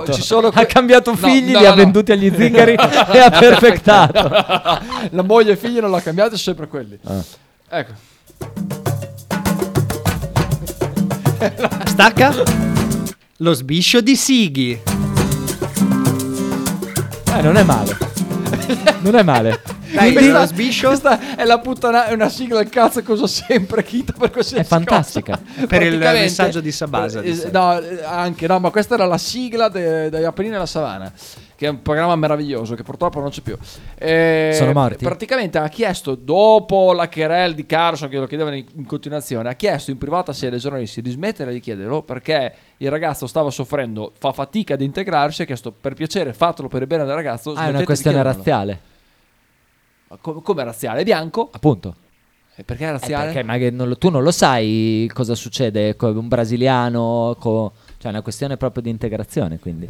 perfettato. Ci sono que- Ha cambiato No, figli, no, li ha no. venduti agli zingari e ha perfettato. La moglie e i figli non l'ha cambiato, sono sempre quelli. Ecco. Stacca. Lo sbiscio di Sighi. Eh, non è male. Non è male. Dai, Quindi- lo sbiscio Questa è la puttana, è una sigla del cazzo che uso sempre, Chita, per così È fantastica. per il Praticamente- messaggio di Sabasa. Eh, di eh, sera. no, eh, anche no, ma questa era la sigla de- degli Appennini alla Savana, che è un programma meraviglioso che purtroppo non c'è più. Eh, Sono morti? Praticamente ha chiesto, dopo la querel di Carson, che lo chiedevano in, in continuazione, ha chiesto in privata se ai giornalisti di smettere di chiederlo perché il ragazzo stava soffrendo, fa fatica ad integrarsi, ha chiesto per piacere fatelo per il bene del Ah, è ragazzo. smettete una di questione chiedermelo." razziale. Ma com- come razziale? È bianco? Appunto. E perché è Eh, razziale? perché magari non lo- tu non lo sai cosa succede con un brasiliano, co- cioè è una questione proprio di integrazione, quindi.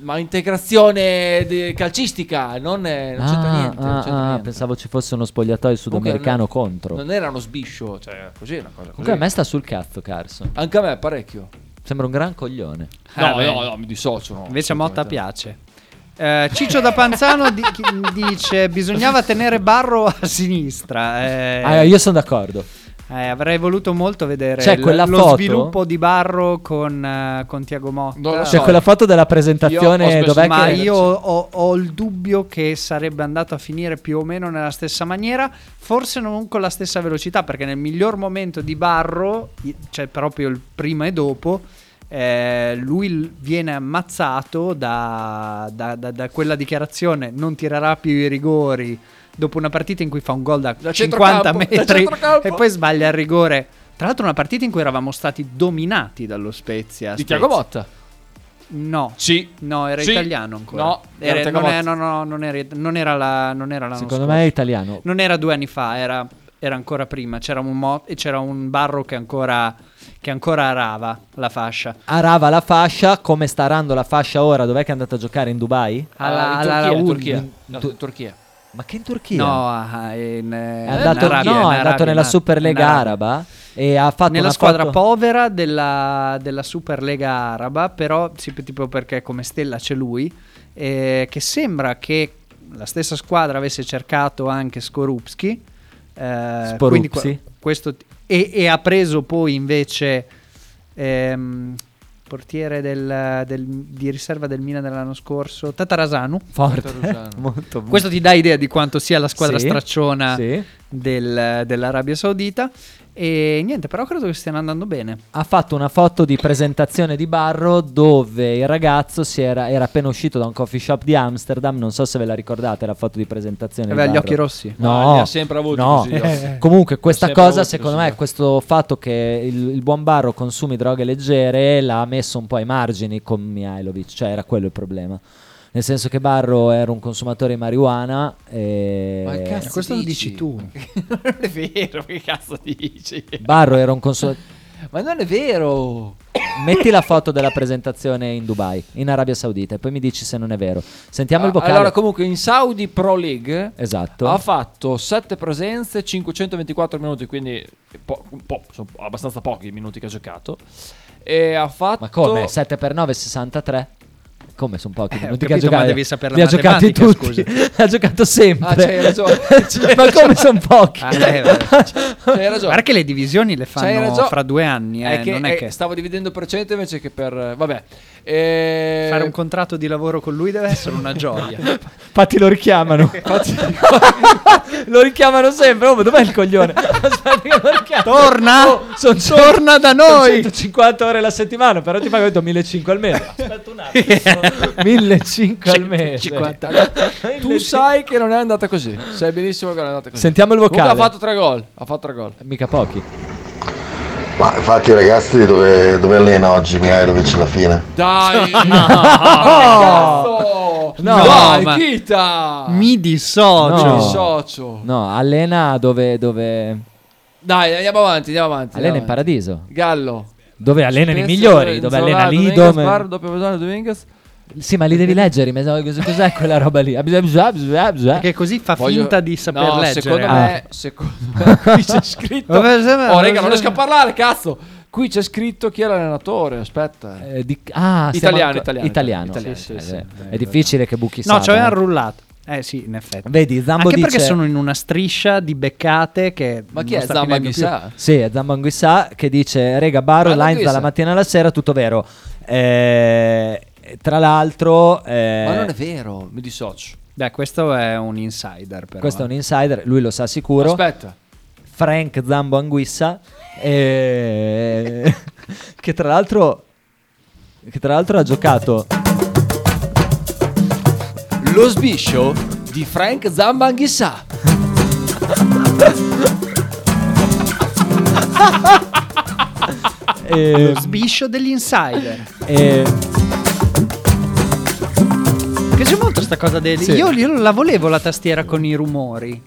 Ma integrazione de- calcistica, non, è- non c'entra Ah, niente. non ah, c'entra ah, niente. pensavo ci fosse uno spogliatoio Comunque sudamericano non è- contro. Non era uno sbiscio, cioè così è una cosa così. Comunque a me sta sul cazzo Carson. Anche a me parecchio. Ah, Sembra un gran coglione. No, beh. no, no, mi dissocio. no, Invece a Motta assolutamente. piace. Eh, Ciccio da Panzano di- chi- dice: Bisognava tenere Barro a sinistra. Eh, Ah, io sono d'accordo. eh, avrei voluto molto vedere C'è il- quella lo foto? sviluppo di Barro con, eh, con Tiago Motta. Non lo C'è so. Cioè, quella foto della Io ho presentazione smesso- dov'è ma che io ho, ho il dubbio che sarebbe andato a finire più o meno nella stessa maniera, forse non con la stessa velocità, perché nel miglior momento di Barro, i- cioè proprio il prima e dopo, eh, lui l- viene ammazzato da, da- da- da quella dichiarazione, non tirerà più i rigori dopo una partita in cui fa un gol da, Da 50 centrocampo, da metri centrocampo. e poi sbaglia il rigore. Tra l'altro una partita in cui eravamo stati dominati dallo Spezia. Di Tiago Spezia. Motta. No. Sì. No, era Sì. italiano ancora. No, era Era- Tiago non, è- no, Motta. no, non era, non era la, non era l'anno Secondo scorso. me è italiano. Non era due anni fa, era, era ancora prima. C'era un, mo- e c'era un barro che ancora, che ancora arava la fascia. Arava la fascia, come sta arando la fascia ora? Dov'è che è andata a giocare in Dubai? Alla, Ah, in alla Turchia, in Raul. Turchia. No, in Turchia. Ma che in Turchia? No, ah, in, è eh, in andato, Arabia, no, in è andato Arabia, nella in Ar- Superlega in Arabia. araba e ha fatto Nella una squadra foto- povera della, della Superlega araba, però sì, tipo perché come stella c'è lui, eh, che sembra che la stessa squadra avesse cercato anche Skorupski. eh, Sporupsi. quindi qua- questo, ti- e, e ha preso poi invece ehm, portiere del- del- di riserva del Milan dell'anno scorso, Tatarasanu. Forte. Tatarasanu. Molto bu- Questo ti dà idea di quanto sia la squadra Sì, stracciona sì. del- dell'Arabia Saudita. E niente, però credo che stiano andando bene. ha fatto una foto di presentazione di Barro dove il ragazzo si era, era appena uscito da un coffee shop di Amsterdam. Non so se ve la ricordate la foto di presentazione. Aveva di gli Barro. Eh occhi rossi. No, Ah, li ha sempre avuti no. così, eh. Comunque, Li ha questa sempre cosa, avuti secondo così, me, questo fatto che il, il buon Barro consumi droghe leggere l'ha messo un po' ai margini con Mihailovic. Cioè, era quello il problema. Nel senso che Barro era un consumatore di marijuana. E... Eh, Ma che cazzo Questo lo dici? dici tu. non è vero, che cazzo dici? Barro era un consumatore. Ma non è vero. Metti la foto della presentazione in Dubai, in Arabia Saudita, e poi mi dici se non è vero. Sentiamo il vocale. Ah, Allora, Ah, comunque, in Saudi Pro League Esatto. ha fatto 7 presenze, 524 minuti, quindi po- un po', sono abbastanza pochi i minuti che ha giocato. E ha fatto. Ma come? 7 per 9 63. Come sono pochi Eh, ho minuti che ha capito, ma giocato? devi sapere la Li ha giocati matematica, tutti. ha giocato sempre. Ah, c'hai ragione. Cioè, ma come sono pochi? Ah, eh, vabbè. Guarda che le divisioni le C'hai fanno ragione. fra due anni, eh, È che- non è è- che- stavo dividendo per cento invece che per. Vabbè, E- Fare un contratto di lavoro con lui deve essere una gioia. Infatti lo richiamano. lo richiamano sempre. Oh, ma dov'è il coglione? Aspetta che lo richiamo. Torna! Oh, son- Torna da son noi! 150 ore la settimana, però ti pago 1500 al mese. Aspetta un attimo. 1500 al mese. tu sai che non è andata così. Sai benissimo che non è andata così. Sentiamo il vocale. Comunque ha fatto tre gol. Ha fatto tre gol. Mica pochi. Ma infatti ragazzi dove, dove allena oggi Mihailovic alla fine? Dai, No. no, No, dai, ma- Kita. Mi dissocio. No. Mi dissocio. No, allena dove... dove... Dai, andiamo avanti, andiamo avanti. Allena in andiamo avanti. paradiso. Gallo. Dove allenano i Spesso, migliori, dove Zola, allena Dominguez, Lido. Barro, doppio Zola, Dominguez. Sì, ma li devi leggere. ma no, cos- Cos'è quella roba lì? Ah, Perché così fa Voglio- finta di saper no, leggere. secondo me- secondo Qui c'è scritto. Eh, Oh, raga, non riesco a parlare, cazzo. Qui c'è scritto chi era l'allenatore. Aspetta. Ah, stiamo italiano, ancora- italiano, italiano. italiano, Sì, italiano, sì, sì, sì. sì. È difficile che buchi No, ci Saba, avevano eh. rullato. Eh sì, in effetti. Vedi, Zambo Anche perché dice- sono in una striscia di beccate che... Ma chi non è sta Zamba finendo più. Ghissà? Sì, è Zambanguissà che dice: Rega, Baro, Zambo Lines Anguissa." dalla mattina alla sera, tutto vero. Eh, tra l'altro, eh, Ma non è vero, mi dissocio. Beh, questo è un insider però. eh. eh. questo è un insider, lui lo sa sicuro. Aspetta. Frank Zambo Anguissa, eh, che tra l'altro, che tra l'altro ha giocato. Lo sbiscio di Frank Zambanghissà. eh, Lo Ah, sbiscio dell'insider. eh, Mi piace molto sta cosa del... Sì. Io, io la volevo la tastiera con i rumori.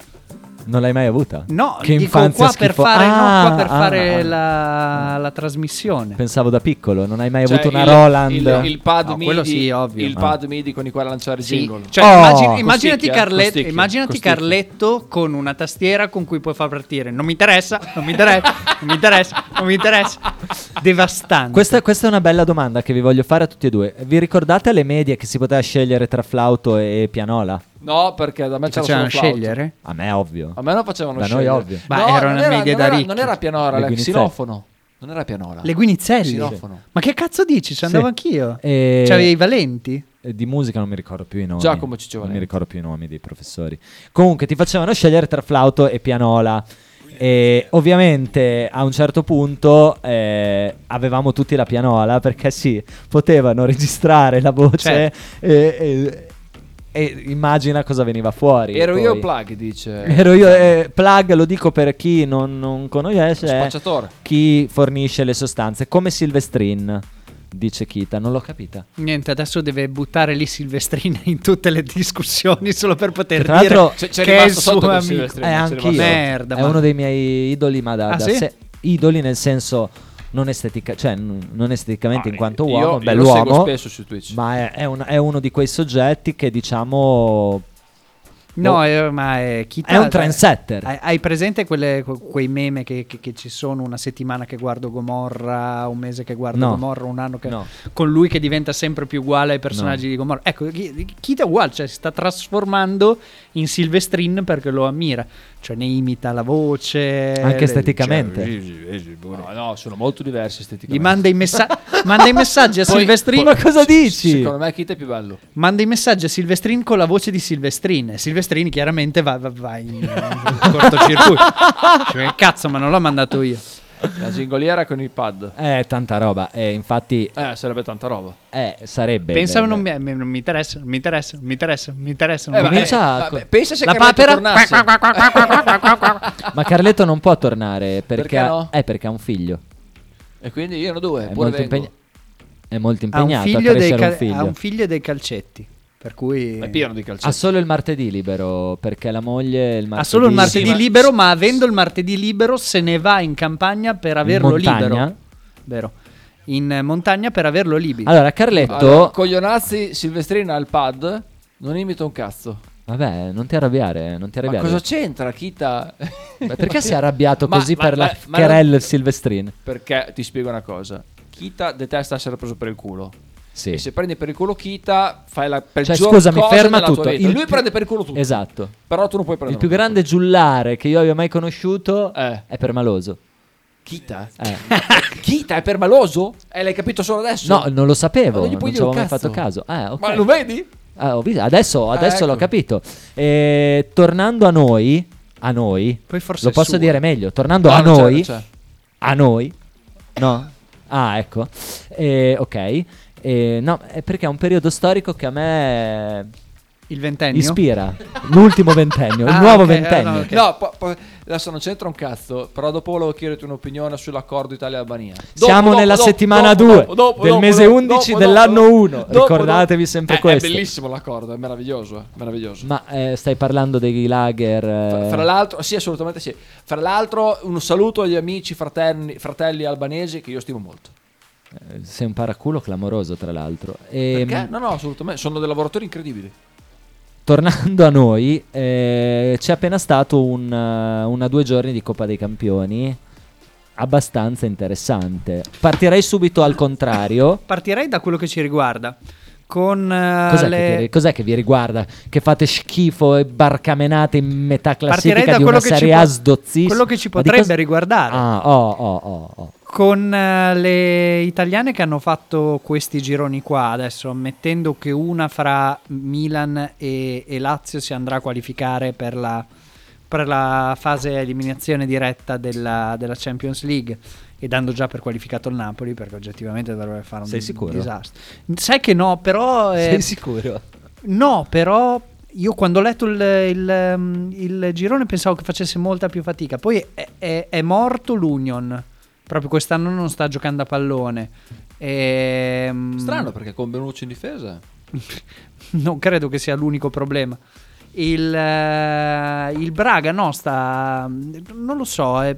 non l'hai mai avuta? No, che dico qua infanzia per schifo- fare, no, qua Ah, per ah, fare ah. la, la trasmissione. Pensavo da piccolo, non hai mai Cioè, avuto una il- Roland. Il, il pad No, quello MIDI, sì, ovvio. il Ah. pad MIDI con il quale lanciare i jingle. Cioè, Oh, immagini- costicchia, immaginati, Carletto, costicchia, immaginati costicchia. Carletto con una tastiera con cui puoi far partire. Non mi interessa, non mi interessa, non mi interessa, non mi interessa. Devastante. Questa, questa è una bella domanda che vi voglio fare a tutti e due. Vi ricordate le medie che si poteva scegliere tra flauto e pianola? No, perché da me c'era solo facevano flauto. scegliere? A me è ovvio. A me non facevano Da noi scegliere. ovvio. Ma No, era non una media non da era- ricchi. Non era Le pianola, era guinizzette. xilofono. Non era pianola. Le guinizelli. Xinofono. Ma che cazzo dici? Ci andavo Sì. anch'io. Eh. E- C'avevi i valenti? Eh, Di musica non mi ricordo più i nomi. Giacomo Ciccio Non mi Valenti. ricordo più i nomi dei professori. Comunque ti facevano scegliere tra flauto e pianola. E ovviamente a un certo punto eh, avevamo tutti la pianola perché sì, potevano registrare la voce Cioè. Certo. e, e- e immagina cosa veniva fuori. Ero io poi. plug, dice. Ero io, diciamo. eh, plug lo dico per chi non, non conosce, è Cioè, Spacciatore. chi fornisce le sostanze, come Silvestrin, dice Kita, non l'ho capita. Niente, adesso deve buttare lì Silvestrina in tutte le discussioni solo per poter Che tra dire l'altro- C'è- c'è che è il rimasto suo sotto con amico. Silvestrini, Eh, c'è anch'io. rimasto sotto. Merda, è ma- uno dei miei idoli, ma da, Ah, da sì? se- idoli nel senso non estetica, cioè n- non esteticamente Ah, in quanto io- uomo, io bell'uomo, lo seguo spesso su Twitch. ma è, è un- è uno di quei soggetti che diciamo No, boh, eh, ma è Kita- È un trendsetter. Hai, hai presente quelle- que- quei meme che, che- che ci sono una settimana che guardo Gomorra, un mese che guardo No. Gomorra, un anno che... No. Con lui che diventa sempre più uguale ai personaggi di Gomorra. Ecco, Chi- Kita è uguale, cioè si sta trasformando in Silvestrin perché lo ammira. Cioè ne imita la voce. Anche le- esteticamente. cioè, No, no, sono molto diversi esteticamente. gli manda i, messa- manda i messaggi a Poi- Silvestrin. poi- Secondo me Kita è più bello. Manda i messaggi a Silvestrin con la voce di Silvestrin. E Silvestrin chiaramente va, va- va in, in cortocircuito. Cioè, che cazzo, ma non l'ho mandato io. La gingoliera con il pad. Eh, tanta roba. Eh, infatti, Eh, sarebbe tanta roba. eh, sarebbe. Pensa, beh, non mi, eh, non mi interessa, non mi interessa, non mi interessa, non mi interessa. non Eh, mi vabbè, interessa. vabbè, pensa se la Carletto papera tornasse. beh. Ma Carletto non può tornare perché, Perché no? eh, perché ha un figlio. E quindi io ne ho due. È pure molto, vengo. impegna- è molto ha un impegnato a figlio, dei crescere cal- un figlio. ha un cioè- figlio e dei calcetti. Per cui È pieno di calcetti. Ha solo il martedì libero perché la moglie il martedì ha solo il martedì Sì, ma- libero, ma avendo il martedì libero se ne va in campagna per averlo montagna? libero. Vero. In eh, montagna per averlo libero. Allora, Carletto- Allora, coglionazzi, Silvestrina al pad. Non imita un cazzo. Vabbè, non ti arrabbiare, non ti Ma arrabbiare. cosa c'entra, Kita? Ma perché si è arrabbiato Ma- così ma- per ma- la ma Cherelle non- Silvestrin? Perché ti spiego una cosa. Kita detesta essere preso per il culo. Sì. E se prendi per il culo Kita, fai la peggior Cioè, scusami, cosa ferma nella tua tutto. vita. Il Lui più- prende per il culo tutto. Esatto. Però tu non Eh. puoi prendere Il più grande giullare che io abbia mai conosciuto è Permaloso. Kita? Eh. Kita è permaloso? Eh, l'hai capito solo adesso? No, non lo sapevo, Ma gli non puoi ci avevo dire un mai cazzo. fatto caso. Ah, ok. Ma lo vedi? Ah, ho visto- Adesso, Ah, adesso l'ho ecco. capito. E tornando a noi, a noi, Poi forse lo è posso suo. dire meglio, tornando No, a non c'è, noi, non c'è. a noi, no? Ah, ecco, Eh, ok. Eh, no, è perché è un periodo storico che a me Il ventennio. ispira. L'ultimo ventennio, il Ah, nuovo ok, ventennio. allora, ok. No, po- po- adesso non c'entra un cazzo, però dopo volevo chiederti un'opinione sull'accordo Italia-Albania. Dopo, Siamo dopo, nella dopo, settimana dopo, 2 dopo, dopo, del dopo, mese dopo, 11 dopo, dell'anno dopo, 1. dopo, Ricordatevi dopo. sempre Eh, questo. È bellissimo l'accordo, è meraviglioso, eh, meraviglioso. Ma eh, stai parlando dei lager. eh, Fra l'altro, sì, assolutamente sì. Fra l'altro, un saluto agli amici fraterni- fratelli albanesi che io stimo molto. eh, sei un paraculo clamoroso, tra l'altro. Ehm, E, Perché? No, no, assolutamente. Sono dei lavoratori incredibili. Tornando a noi, eh, c'è appena stato un, eh, una due giorni di Coppa dei Campioni abbastanza interessante. Partirei subito al contrario. Partirei da quello che ci riguarda. Con eh, Cos'è, che, vi- le... cos'è che vi riguarda? Che fate schifo e barcamenate in metà Partirei classifica da di quello una che, ci Serie può- A sdozzissima? quello che ci Ma di potrebbe cosa- riguardare. Ah, oh, oh, oh, oh. Con eh, le italiane che hanno fatto questi gironi qua adesso, ammettendo che una fra Milan e, e Lazio si andrà a qualificare per la, per la fase a eliminazione diretta della, della Champions League e dando già per qualificato il Napoli perché oggettivamente dovrebbe fare un Sei sicuro? disastro. Sai che no, però... eh, Sei sicuro? No, però io quando ho letto il, il, ehm, il girone pensavo che facesse molta più fatica. Poi è, è- è morto l'Union. Proprio quest'anno non sta giocando a pallone. Ehm, Strano perché con Benucci in difesa. Non credo che sia l'unico problema. Il, eh, il Braga, no, sta. Non lo so. eh,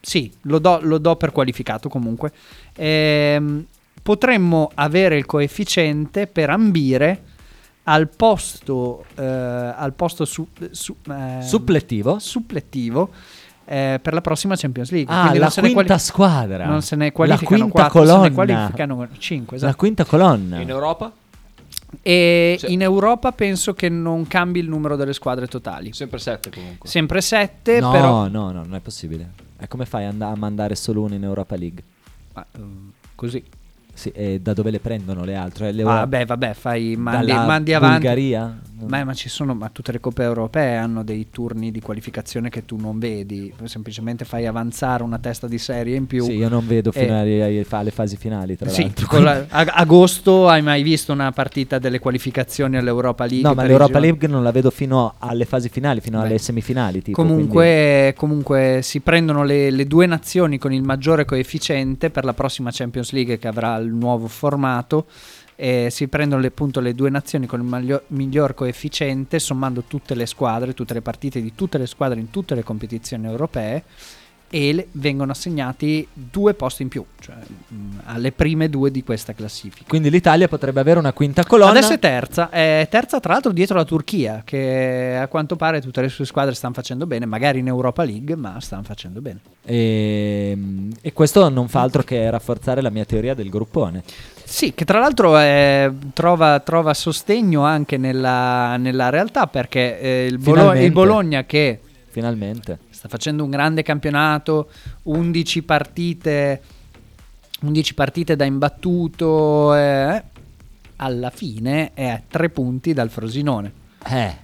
sì, lo do, lo do per qualificato comunque. Ehm, potremmo avere il coefficiente per ambire al posto, eh, al posto su- su- eh, Supplettivo? supplettivo, eh, per la prossima Champions League. Ah, Quindi la non se ne quinta quali- squadra. Non se ne La qualificano quinta quattro, se ne colonna. qualificano cinque, esatto. La quinta colonna. In Europa? E Cioè- in Europa penso che non cambi il numero delle squadre totali. Sempre 7 comunque. Sempre 7, no, però no, no, non è possibile. E come fai and- a mandare solo uno in Europa League? Ma, ehm, così. Sì, e da dove le prendono le altre? Le Ah, vabbè, vabbè, fai mandi, Dalla mandi avanti. Bulgaria? Ma, ma ci sono, ma tutte le coppe europee hanno dei turni di qualificazione che tu non vedi. Semplicemente fai avanzare una testa di serie in più. Sì, io non vedo fino E- alle- ai- alle fasi finali, tra Sì, l'altro. con la- ag- agosto hai mai visto una partita delle qualificazioni all'Europa League? No, ma per il l'Europa giro- League non la vedo fino alle fasi finali, fino alle semifinali. Tipo, Comunque, comunque si prendono le, le due nazioni con il maggiore coefficiente per la prossima Champions League che avrà il nuovo formato. E si prendono le, appunto le due nazioni con il maglio- miglior coefficiente sommando tutte le squadre, tutte le partite di tutte le squadre in tutte le competizioni europee e le- vengono assegnati due posti in più, cioè mh, alle prime due di questa classifica. Quindi, quindi l'Italia potrebbe avere una quinta colonna. Adesso è terza, è terza tra l'altro dietro la Turchia, che a quanto pare tutte le sue squadre stanno facendo bene, magari in Europa League, ma stanno facendo bene. E, e questo non fa altro che rafforzare la mia teoria del gruppone. Sì, che tra l'altro eh, trova, trova sostegno anche nella, nella realtà, perché eh, il, Bolo- Finalmente. il Bologna che finalmente. Sta facendo un grande campionato, 11 partite, 11 partite da imbattuto. eh, alla fine è a tre punti dal Frosinone. Eh,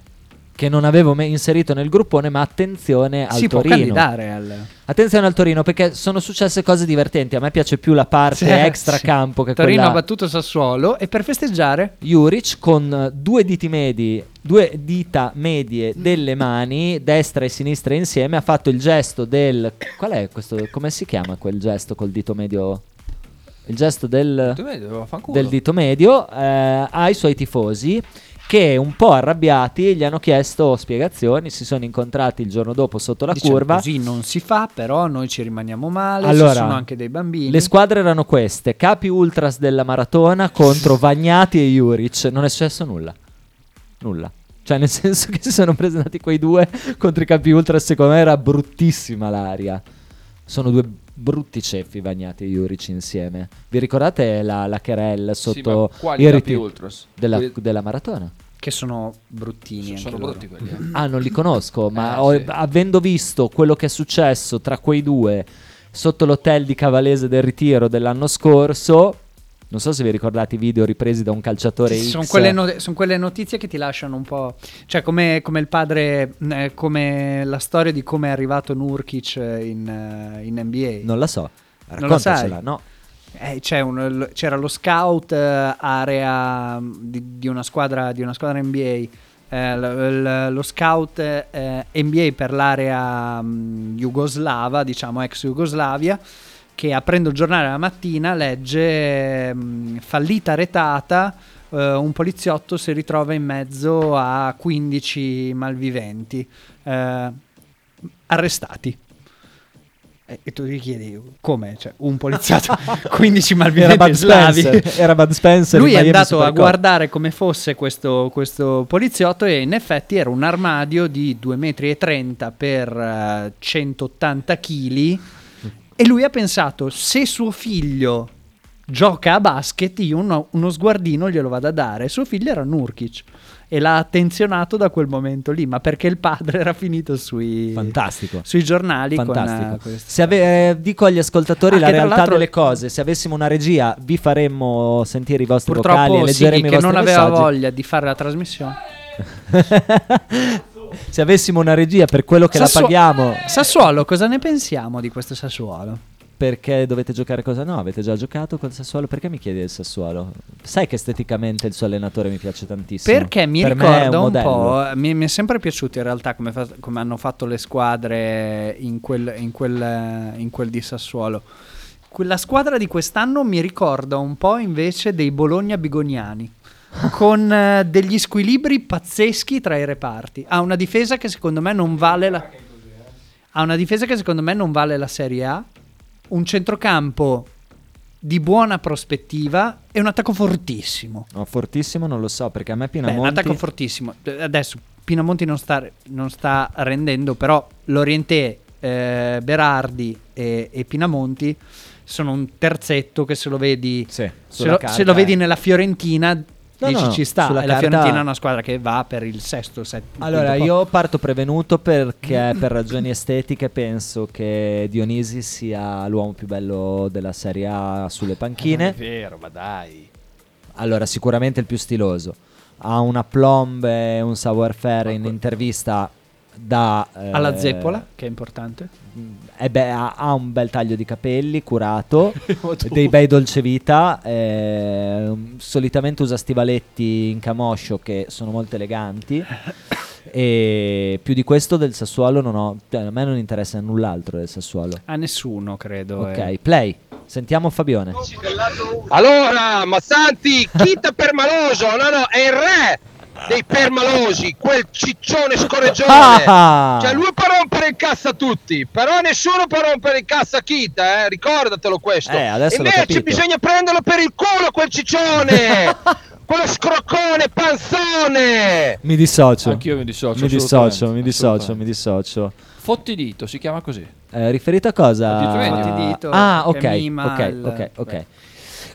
che non avevo me- inserito nel gruppone, ma attenzione al si può Torino. candidare al... Attenzione al Torino perché sono successe cose divertenti. A me piace più la parte Sì, extra sì. campo che Torino ha quella. battuto Sassuolo e per festeggiare Juric con eh, due diti medi, due dita medie delle mani, destra e sinistra insieme, ha fatto il gesto del Qual è questo? Come si chiama quel gesto col dito medio? Il gesto del Dito medio, vaffanculo. del dito medio eh, ai suoi tifosi che un po' arrabbiati gli hanno chiesto spiegazioni, si sono incontrati il giorno dopo sotto la Dice, curva. così non si fa, però noi ci rimaniamo male, Allora, ci sono anche dei bambini. Le squadre erano queste: capi ultras della maratona contro Vagnati e Juric. Non è successo nulla. Nulla. Cioè, nel senso che si sono presentati quei due contro i capi ultras. Secondo me era bruttissima l'aria. Sono due brutti ceffi Vagnati e Juric insieme. Vi ricordate la, la querel sotto ma quali il capi ritiro ultras? della, Quelli- della maratona? che sono bruttini. Sono anche loro. brutti quelli, eh. Ah, non li conosco, ma Eh, Ah, ho- sì. avendo visto quello che è successo tra quei due sotto l'hotel di Cavalese del Ritiro dell'anno scorso, non so se vi ricordate i video ripresi da un calciatore Sì, X. Sono quelle, no- sono quelle notizie che ti lasciano un po'. Cioè, come, come il padre, eh, come la storia di come è arrivato Nurkic eh, in, eh, in NBA. Non la so, Non lo sai? raccontacela, no? Eh, c'è un- l- c'era lo scout eh, area mh, di, di una squadra, di una squadra NBA. eh, l- l- lo scout eh, NBA per l'area mh, jugoslava, diciamo ex Jugoslavia, che aprendo il giornale la mattina legge mh, fallita retata. eh, un poliziotto si ritrova in mezzo a 15 malviventi eh, arrestati. E, Eh, e tu ti chiedi come? Cioè, un poliziotto, 15 malviventi Era Bud slavi. Spencer, era Bud Spencer Lui in è Miami andato a Supercoppa. guardare come fosse questo, questo poliziotto e in effetti era un armadio di 2,30 metri per eh, 180 kg e lui ha pensato se suo figlio gioca a basket io uno, uno sguardino glielo vado a dare. Suo figlio era Nurkic e l'ha attenzionato da quel momento lì, ma perché il padre era finito sui, Fantastico. sui giornali Fantastico. con eh, questo. Se ave- eh, dico agli ascoltatori Ah, la che tra realtà l'altro- delle cose, se avessimo una regia vi faremmo sentire i vostri vocali e Purtroppo Sighi, leggeremo i che vostri non aveva messaggi. voglia di fare la trasmissione. Se avessimo una regia per quello che Sassu- la paghiamo, Sassuolo, cosa ne pensiamo di questo Sassuolo? perché dovete giocare cosa no? Avete già giocato col Sassuolo? Perché mi chiedi il Sassuolo? Sai che esteticamente il suo allenatore mi piace tantissimo. Perché mi Per me è ricorda un, modello. po', eh. mi, mi è sempre piaciuto in realtà come, fa- come hanno fatto le squadre in quel, in quel- in quel di Sassuolo. Quella squadra di quest'anno mi ricorda un po' invece dei Bologna Bigoniani. con eh, degli squilibri pazzeschi tra i reparti. Ha una difesa che secondo me non vale la ha una difesa che secondo me non vale la Serie A, un centrocampo di buona prospettiva e un attacco fortissimo. No, fortissimo non lo so, perché a me Beh, un Pinamonti attacco fortissimo. Eh, Adesso Pinamonti non sta, non sta rendendo, però Lorientè, eh, Berardi e, e Pinamonti sono un terzetto che se lo vedi, se, sulla lo, carta, se lo vedi eh. nella Fiorentina dici no, ci sta. E sulla la carta- Fiorentina è una squadra che va per il sesto, settimo. Allora, io parto prevenuto perché per ragioni estetiche penso che Dionisi sia l'uomo più bello della Serie A sulle Non è Eh, panchine. vero, ma dai. Allora, sicuramente il più stiloso. Ha una plomb e un savoir-faire in intervista da... eh, alla Zeppola, che è importante. eh beh, ha, ha un bel taglio di capelli, curato, dei bei dolcevita. ehm, solitamente usa stivaletti in camoscio che sono molto eleganti. e più di questo del Sassuolo non ho... cioè, A me non interessa null'altro del Sassuolo. A nessuno, credo. eh. Ok, play. Sentiamo Fabione. Allora, Mazzanti, Chita Permaloso, no, no, è il re dei permalosi, quel ciccione scorreggione. Ah! Cioè, lui può rompere il cazzo a tutti, però nessuno può rompere il cazzo a Chita, eh, ricordatelo questo. Eh, adesso l'ho Invece capito. bisogna prenderlo per il culo quel ciccione, quello scroccone, panzone. Mi dissocio. Anch'io mi dissocio, Mi dissocio, mi assolutamente, dissocio, mi dissocio. Fottidito, si chiama così. Eh, riferito a cosa? Addirittura metti il dito ah, che ok, mima ok, il- ok, ok.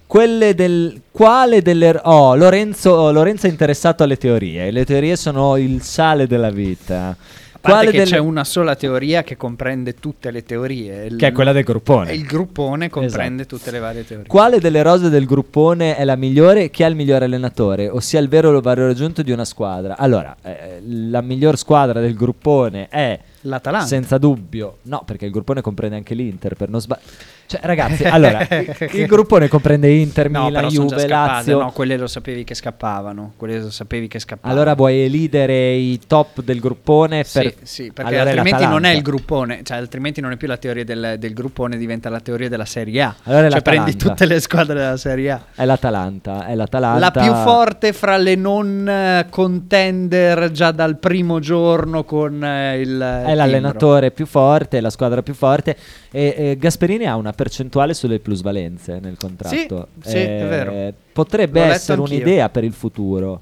Quelle del quale delle Oh, Lorenzo, Lorenzo è interessato alle teorie. Le teorie sono il sale della vita. Quale Quale che delle- c'è una sola teoria che comprende tutte le teorie. Il- Che è quella del gruppone. Esatto. Il gruppone comprende tutte le varie teorie. Quale delle rose del gruppone è la migliore? Chi ha il migliore allenatore? Ossia il vero valore aggiunto di una squadra. Allora, eh, la miglior squadra del gruppone è L'Atalanta. Senza dubbio. No, perché il gruppone comprende anche l'Inter, per non sbagliare. Cioè, ragazzi, allora, il, il gruppone comprende Inter, No, Milan, però sono già Juve, scappate, Lazio. No, quelle lo sapevi che scappavano. Quelle lo sapevi che scappavano. Allora vuoi elidere i top del gruppone Sì, per... sì, perché Allora altrimenti non è l'Atalanta. il gruppone, cioè altrimenti non è più la teoria del, del gruppone, diventa la teoria della Serie A. Allora è cioè prendi l'Atalanta. tutte le squadre della Serie A. È l'Atalanta, è l'Atalanta. La più forte fra le non eh, contender già dal primo giorno con eh, il È l'allenatore più forte, è la squadra più forte. E, eh, Gasperini ha una percentuale sulle plusvalenze nel contratto. Eh, Sì, sì, è vero. Potrebbe L'ho letto essere anch'io. un'idea per il futuro.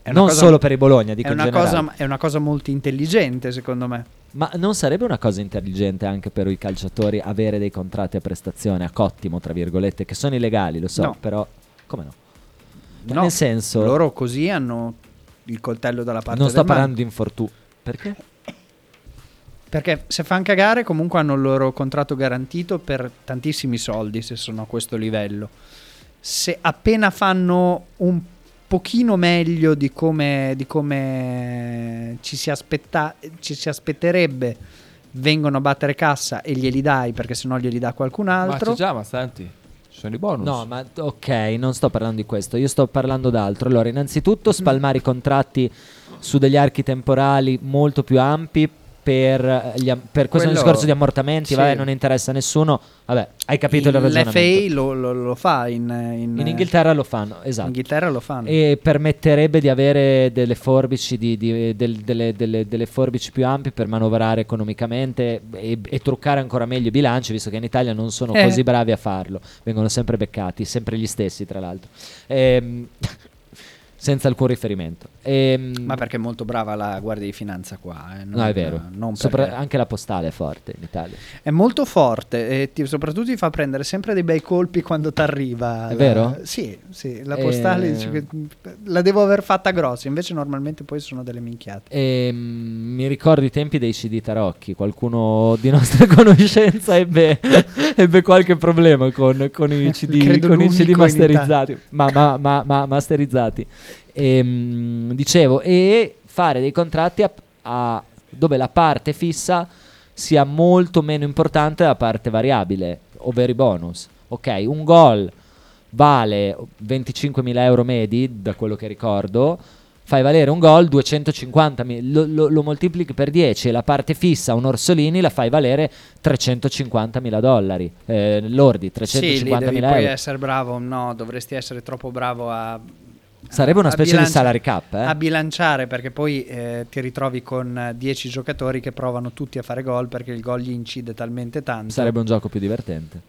È una Non cosa- solo per il Bologna, dico è in una, generale. cosa, è una cosa molto intelligente secondo me. Ma non sarebbe una cosa intelligente anche per i calciatori avere dei contratti a prestazione, a cottimo, tra virgolette, che sono illegali, lo so, No. però... Come no? Cioè, No, nel senso... loro così hanno il coltello dalla parte non sto del manico. parlando di infortuni. Perché? Perché se fan cagare comunque hanno il loro contratto garantito per tantissimi soldi se sono a questo livello. Se appena fanno un pochino meglio di come, di come ci, si aspetta- ci si aspetterebbe, vengono a battere cassa e glieli dai perché sennò glieli dà qualcun Ma altro. c'è già, ma santi, ci sono i bonus. No, ma ok, non sto parlando di questo, io sto parlando d'altro. Allora, innanzitutto spalmare i contratti su degli archi temporali molto più ampi per, eh, gli am- per questo è un Quello- discorso di ammortamenti, sì. vabbè, non interessa a nessuno. Vabbè, hai capito il, ragionamento. L'FA lo, lo- lo fa in, In Inghilterra lo fanno, In esatto. Inghilterra lo fanno. E permetterebbe di avere delle forbici, di- di- del- delle, delle- delle forbici più ampie per manovrare economicamente e, e truccare ancora meglio i bilanci, visto che in Italia non sono Eh. così bravi a farlo. Vengono sempre beccati, sempre gli stessi, tra l'altro. Ehm, senza alcun riferimento. Ehm, Ma perché è molto brava la Guardia di Finanza qua. eh, non- no, è vero. non Sopra- perché- anche la postale è forte in Italia. È molto forte e ti- soprattutto ti fa prendere sempre dei bei colpi quando ti arriva. È vero? Sì, sì, la Eh. postale dice che la devo aver fatta grossa, invece normalmente poi sono delle minchiate. Ehm, mi ricordo i tempi dei CD tarocchi. Qualcuno di nostra conoscenza ebbe, ebbe qualche problema con, con i CD, Credo con i l'unico CD in masterizzati. Ma, ma- ma- ma- masterizzati. Ehm, dicevo, e fare dei contratti a- a- dove la parte fissa sia molto meno importante della parte variabile, ovvero i bonus. Ok, un gol vale 25.000 euro medi, da quello che ricordo, fai valere un gol 250.000, lo, lo- lo moltiplichi per 10 e la parte fissa, un Orsolini, la fai valere 350.000 dollari, eh, lordi, 350.000 Sì, lì devi euro. poi essere bravo, no, dovresti essere troppo bravo a... Sarebbe una a specie di bilancia- salary cap, eh? A bilanciare perché poi eh, ti ritrovi con eh, 10 giocatori che provano tutti a fare gol perché il gol gli incide talmente tanto. Sarebbe un gioco più divertente.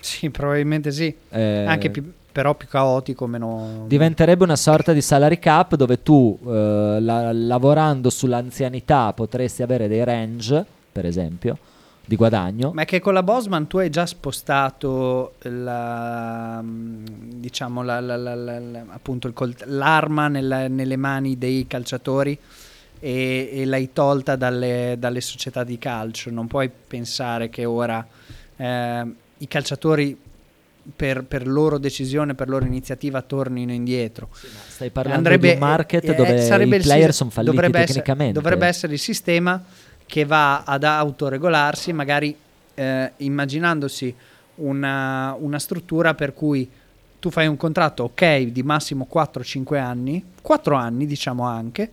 Sì, probabilmente sì. Eh. Anche più- però più caotico, meno... Diventerebbe una sorta di salary cap dove tu, eh, la- lavorando sull'anzianità, potresti avere dei range, per esempio, di guadagno. Ma è che con la Bosman tu hai già spostato la, mm, diciamo la- la- la- la- la- appunto il colt- l'arma nella- nelle mani dei calciatori e, e l'hai tolta dalle, dalle società di calcio. Non puoi pensare che ora eh, i calciatori per, per loro decisione, per loro iniziativa tornino indietro. Stai parlando di un market dove eh, sarebbe i il player sis- sono falliti dovrebbe essere- tecnicamente. dovrebbe essere il sistema che va ad autoregolarsi, magari eh, immaginandosi una, una struttura per cui tu fai un contratto, ok, di massimo 4-5 anni, 4 anni diciamo anche,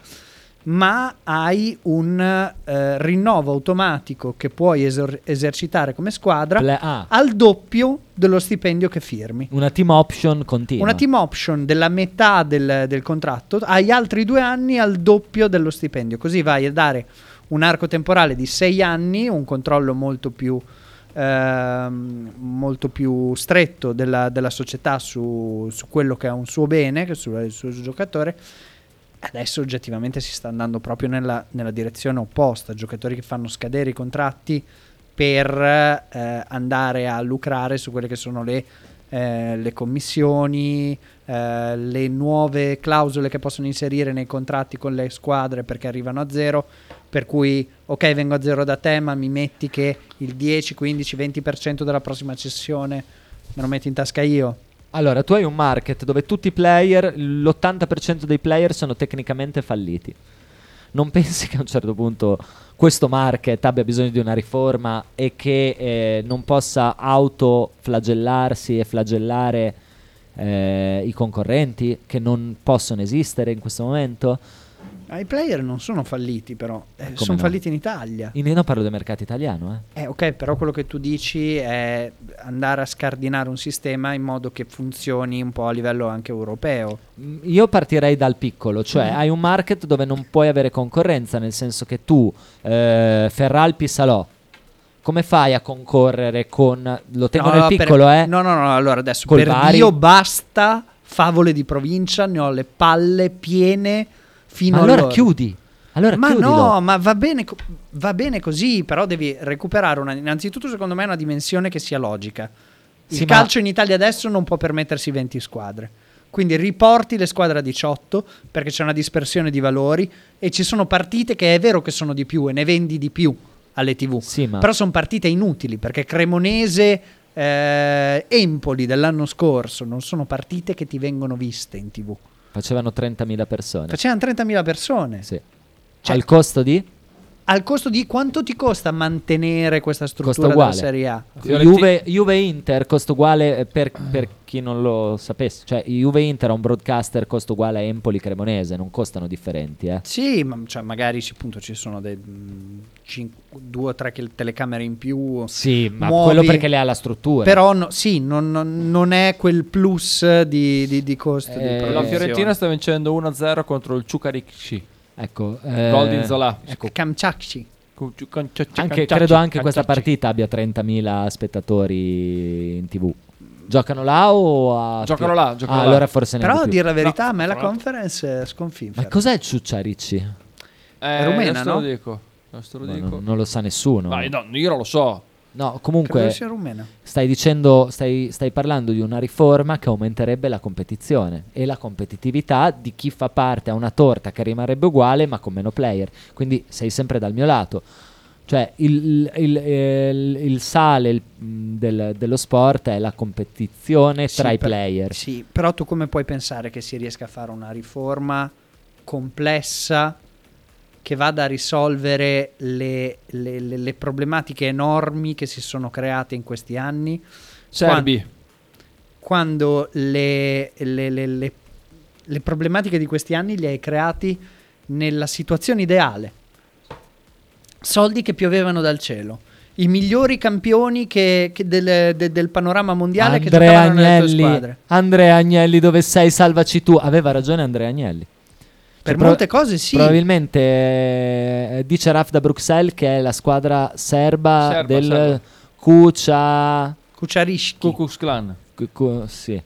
ma hai un eh, rinnovo automatico che puoi esor- esercitare come squadra Pla- ah. al doppio dello stipendio che firmi. Una team option continua. Una team option della metà del, del contratto, hai altri due anni al doppio dello stipendio. Così vai a dare un arco temporale di sei anni, un controllo molto più, ehm, molto più stretto della, della società su, su quello che è un suo bene, che sul, suo giocatore. Adesso oggettivamente si sta andando proprio nella, nella direzione opposta, giocatori che fanno scadere i contratti per eh, andare a lucrare su quelle che sono le eh, eh, le commissioni, eh, le nuove clausole che possono inserire nei contratti con le squadre perché arrivano a zero. Per cui, ok, vengo a zero da te, ma mi metti che il 10, 15, 20% della prossima cessione me lo metti in tasca io. Allora, tu hai un market dove tutti i player, l'80% dei player sono tecnicamente falliti. Non pensi che a un certo punto questo market abbia bisogno di una riforma e che eh, non possa autoflagellarsi e flagellare eh, i concorrenti che non possono esistere in questo momento? Ah, I player non sono falliti, però, Eh, Come sono no? falliti in Italia. In- io parlo del mercato italiano, eh. Eh, ok, però quello che tu dici è andare a scardinare un sistema in modo che funzioni un po' a livello anche europeo. Mm, Io partirei dal piccolo, cioè Mhm. hai un market dove non puoi avere concorrenza, nel senso che tu, eh, Ferralpi Salò, come fai a concorrere con... Lo tengo No, nel per- piccolo, eh? No, no, no, allora adesso Col per Bari? Dio basta favole di provincia, ne ho le palle piene fino Ma allora all'ora. chiudi, allora ma chiudilo. no, ma va bene, co- va bene così, però devi recuperare una, innanzitutto secondo me una dimensione che sia logica. Il Sì, ma- calcio in Italia adesso non può permettersi 20 squadre. Quindi riporti le squadre a 18 perché c'è una dispersione di valori e ci sono partite che è vero che sono di più e ne vendi di più alle TV. ma- Però sono partite inutili perché Cremonese eh, Empoli dell'anno scorso non sono partite che ti vengono viste in TV. Facevano 30.000 persone. Facevano 30.000 persone. Sì. Cioè- Al costo di? Al costo di quanto ti costa mantenere questa Costa struttura della uguale. Serie A? Juve, Inter costo uguale eh, per, per chi non lo sapesse. Cioè Juve Inter ha un broadcaster costo uguale a Empoli Cremonese, non costano differenti, eh. Sì, ma cioè, magari ci, appunto, ci sono dei, mh, cin- due o tre che- telecamere in più. Sì, ma muovi- quello perché le ha la struttura. Però no- sì, non, non- non è quel plus di, di- di costo. di la Eh, produzione. Fiorentina sta vincendo 1-0 contro il Ciucaricci. Ecco, gol eh, di Zola. Ecco. Kamchachi. Anche- credo anche questa partita abbia 30.000 spettatori in tv. Giocano là o a... Giocano là, giocano Ah, là. Allora forse ne Però hanno a più. dire la verità, a me la fra l'altro- conference eh, sconfigge. Ma cos'è il Ciucciaricci? Eh, rumena, adesso no? Lo dico. Adesso lo Ma dico. Boh, Non, non lo sa nessuno. Vai, no, io non lo so. No, Credo comunque sia rumena. stai dicendo, stai, stai parlando di una riforma che aumenterebbe la competizione e la competitività di chi fa parte a una torta che rimarrebbe uguale ma con meno player. Quindi sei sempre dal mio lato. Cioè il, il- il- il sale il- mh, del- dello sport è la competizione Sì, tra i per- player. Sì, però tu come puoi pensare che si riesca a fare una riforma complessa che vada a risolvere le, le- le- le problematiche enormi che si sono create in questi anni? Serbi. Quando, quando le, le- le- le- le problematiche di questi anni le hai creati nella situazione ideale. Soldi che piovevano dal cielo. I migliori campioni che- che del, de- del panorama mondiale che Andrea giocavano nelle tue Agnelli, squadre. Andrea Agnelli, dove sei? Salvaci tu. Aveva ragione Andrea Agnelli. Per Cioè, pro- molte cose sì. Probabilmente eh, dice Raf da Bruxelles che è la squadra serba Serba, del serba. Kucha. Kucharischi. Cucus Clan. Cu- cu- sì.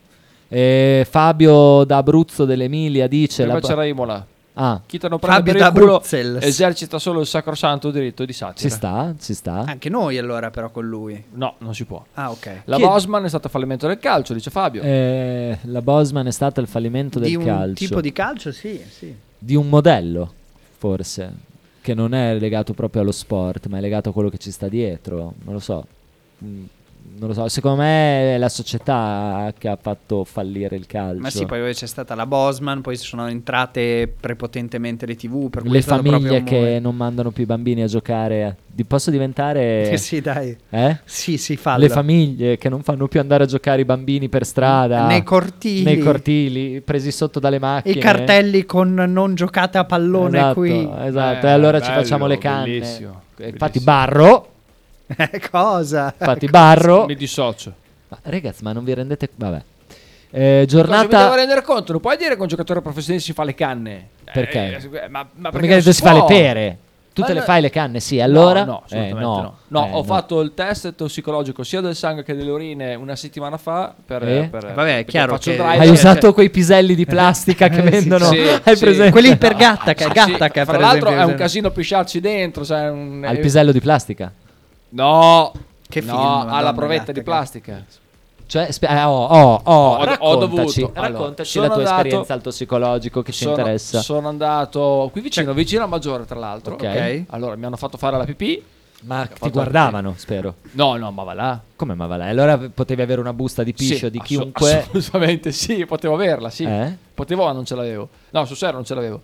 Eh, Fabio da Abruzzo dell'Emilia dice. Prima La c'era Imola. Ah. Chi te lo prende Fabio per il da culo Bruxelles. esercita solo il sacrosanto diritto di Ci satira. sta, ci sta. Anche noi allora però con lui. No, non si può. Ah ok. La Chi è- Bosman è stato fallimento del calcio, dice Fabio. Eh, la Bosman è stata il fallimento Di del un calcio. tipo di calcio sì, sì. di un modello, forse, che non è legato proprio allo sport, ma è legato a quello che ci sta dietro. Non lo so. Mm, Non lo so. Secondo me è la società che ha fatto fallire il calcio. Ma sì, poi c'è stata la Bosman, poi sono entrate prepotentemente le TV, per cui Le è stato proprio famiglie un che momento- non mandano più i bambini a giocare. Di- posso diventare. Sì, dai. Eh? Sì, sì, fallo. Le famiglie che non fanno più andare a giocare i bambini per strada. Nei cortili. Nei cortili, presi sotto dalle macchine. I cartelli con non giocate a pallone Esatto, qui. Esatto, Eh, e allora ci bello, facciamo le canne. bellissimo, Eh, Infatti, Barro. Eh, Cosa? Infatti, Barro. Mi dissocio. Ma, ragazzi, ma non vi rendete. Vabbè. Eh, Cosa mi devo giornata. rendere conto? Non puoi dire che un giocatore professionista si fa le canne. Perché? Eh, ma, ma Ma perché mica non detto si fa le può. pere. Tu Ma te le no- fai le canne, sì, allora. No, no, Eh, assolutamente no. no. No, Eh, ho fatto il test tossicologico sia del sangue che delle urine una settimana fa per, Eh? per- Vabbè, è perché chiaro faccio che- il driver. Hai usato quei piselli di plastica che Eh, sì, vendono. sì, Hai sì. presente? Quelli per Gattaca, Sì, Gattaca Fra per l'altro esempio, è un esempio. casino pisciarci dentro, sai, un- Al pisello di plastica. No. Che no, film, Madonna, alla provetta di Gattaca. plastica. Cioè, spe- eh, oh, oh, oh, Ho- ho raccontaci, dovuto. Allora, raccontaci sono la tua andato- esperienza al tossicologico che ci sono, interessa. Sono andato qui Cioè vicino, vicino a Maggiore, tra l'altro. Ok. Ok. Allora mi hanno fatto fare la pipì. Ma fatto Ti guardavano, spero. No, no, ma va là. Come ma va là? Allora potevi avere una busta di Sì, piscio di ass- chiunque. Assolutamente sì, potevo averla, sì. Eh? Potevo, ma non ce l'avevo. No, su serio non ce l'avevo.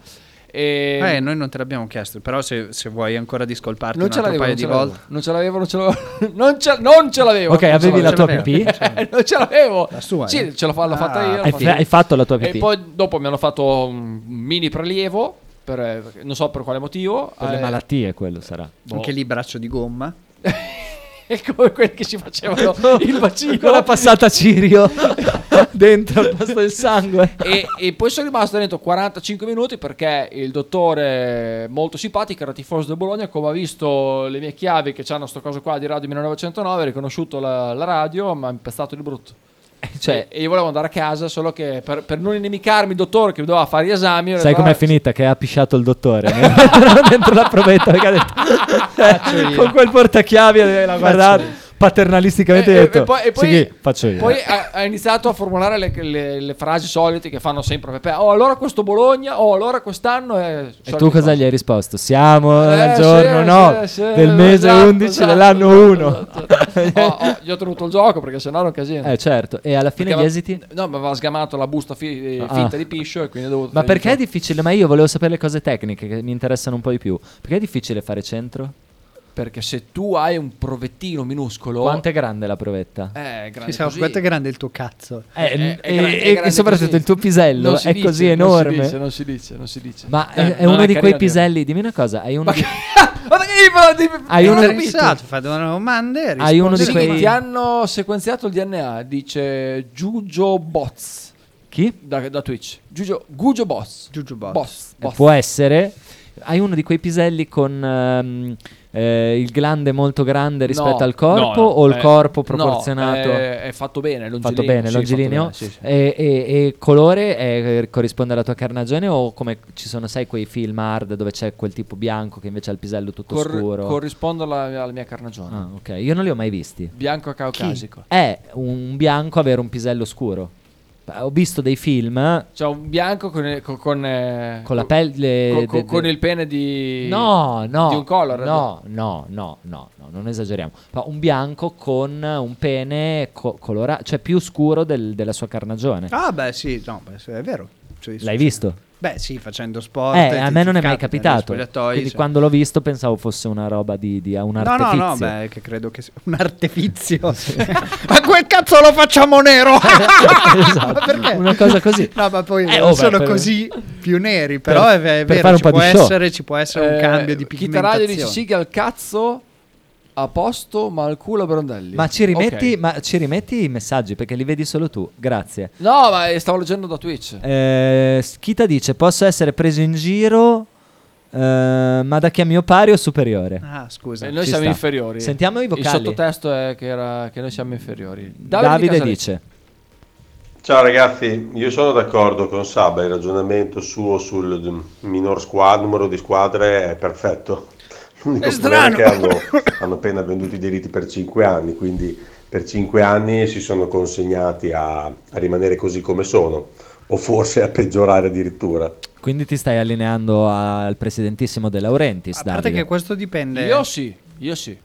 E... Eh, noi non te l'abbiamo chiesto, però se, se vuoi ancora discolparti non un ce altro l'avevo, paio non di ce volte. l'avevo, non ce l'avevo, non ce l'avevo, non ce, non ce l'avevo. Ok, non ce avevi la l'avevo. tua pipì? Eh, non ce l'avevo. La sua, Sì, eh? ce l'ho fa- l'ho fatta Ah. io. l'ho Hai fatta fa- io. hai fatto la tua E pipì. poi dopo mi hanno fatto un mini prelievo, per, eh, non so per quale motivo. Per le eh, malattie quello sarà. boh. Anche lì braccio di gomma. Eh, E come quelli che si facevano il bacino. Con la passata Cirio dentro al posto del sangue. e, e poi sono rimasto dentro 45 minuti perché il dottore molto simpatico era tifoso del Bologna come ha visto le mie chiavi che c'hanno sto coso qua di Radio 1909 ha riconosciuto la, la radio ma ha impestato di brutto cioè- e, e io volevo andare a casa solo che per, per non inimicarmi il dottore che mi doveva fare gli esami ho Sai detto, com'è "Ah, finita? Che ha pisciato il dottore dentro- dentro la provetta perché ha detto Eh, io. con quel portachiavi eh, l'ha guardato paternalisticamente E- ha e- detto e Eh, poi- e poi- "Sì, sì, faccio io. Poi ha, ha iniziato a formulare le, le- le frasi solite che fanno sempre Pepe. Oh, allora questo Bologna, oh, allora quest'anno è... e tu cosa gli hai risposto? Siamo Eh, al sì, giorno sì, 9 sì, del mese esatto, 11 esatto, dell'anno 1. Oh, oh, gli ho tenuto il gioco perché sennò era un casino. Eh certo, e alla fine Perché gli aveva- esiti? No, ma aveva sgamato la busta fi- eh, Ah. finta di piscio e quindi ho dovuto... Ma perché è difficile? Ma io volevo sapere le cose tecniche che mi interessano un po' di più. Perché è difficile fare centro? Perché se tu hai un provettino minuscolo... Quanto è grande la provetta? Oh. Eh, grande Sì, sa, così. quanto è grande il tuo cazzo? Eh, Eh, è e- gra- è e- grande e soprattutto così. il tuo pisello Non si è dice, così non si enorme. dice, Non si dice, non si dice. Ma Eh, è, è non uno di carino quei a dire. piselli. Dimmi una cosa: hai uno, di, Ma perché mi- Hai Hai uno- uno pensato, fate una domanda e Hai uno di rispondi. quei- Ti hanno sequenziato il DNA, dice Giugio Bots. Chi? Eh, Da, da Twitch. Giugio, Gugio Boss. Giugio Boss. Boss. Boss. può essere. Hai uno di quei piselli con ehm, eh, il glande molto grande rispetto No, al corpo no, no, o il eh, corpo no, proporzionato? eh, è fatto bene, Fatto longilineo, bene, sì, longilineo. fatto bene, sì, sì. E, e- e colore eh, corrisponde alla tua carnagione o come ci sono, sai, quei film hard dove c'è quel tipo bianco che invece ha il pisello tutto Cor- scuro? corrispondo alla, alla mia carnagione. Ah, ok, io non li ho mai visti. Bianco a caucasico. Ecco. È un bianco avere un pisello scuro. Beh, Ho visto dei film Cioè un bianco con, con, con, eh, con la pelle con- de- con- de- con il pene di No, no. di un color. No, eh? no, no, no, no, non esageriamo. Ma un bianco con un pene colorato, cioè più scuro del- della sua carnagione. Ah, beh, sì, no, beh, sì, è vero. Cioè, L'hai visto? Beh, sì, facendo sport. eh, a ti- me ti non è mai capita negli capitato. spogliatoi, Quindi cioè. quando l'ho visto pensavo fosse una roba di, di un No, no, artefizio. no, beh, che credo che sia un artefizio. ma quel cazzo lo facciamo nero! Esatto. Ah, Ma perché? Una cosa così. No, ma poi Eh, non oh, beh, sono per- così più neri, però è, è per vero, fare un ci po' di può, show. essere, ci può essere Eh, un cambio di Chitaraglio dice pigmentazione. sigla al cazzo a posto, ma al culo a Brondelli. Ma ci, rimetti, Ok. ma ci rimetti i messaggi perché li vedi solo tu. Grazie. No, ma eh, stavo leggendo da Twitch. Eh, Schita dice: Posso essere preso in giro, eh, ma da chi è mio pari o superiore? Ah, scusa. Eh, noi ci siamo sta. inferiori. Sentiamo i vocali. Il sottotesto è che, era, che noi siamo inferiori. Davide, di Casale- dice: Ciao ragazzi, io sono d'accordo con Saba, il ragionamento suo sul d- minor squad, numero di squadre è perfetto. L'unico È problema strano. è che hanno, hanno appena venduto i diritti per 5 anni, quindi per 5 anni si sono consegnati a, a rimanere così come sono, o forse a peggiorare addirittura. Quindi ti stai allineando al presidentissimo De Laurentiis. A parte Davide. che questo dipende... Io sì, io sì.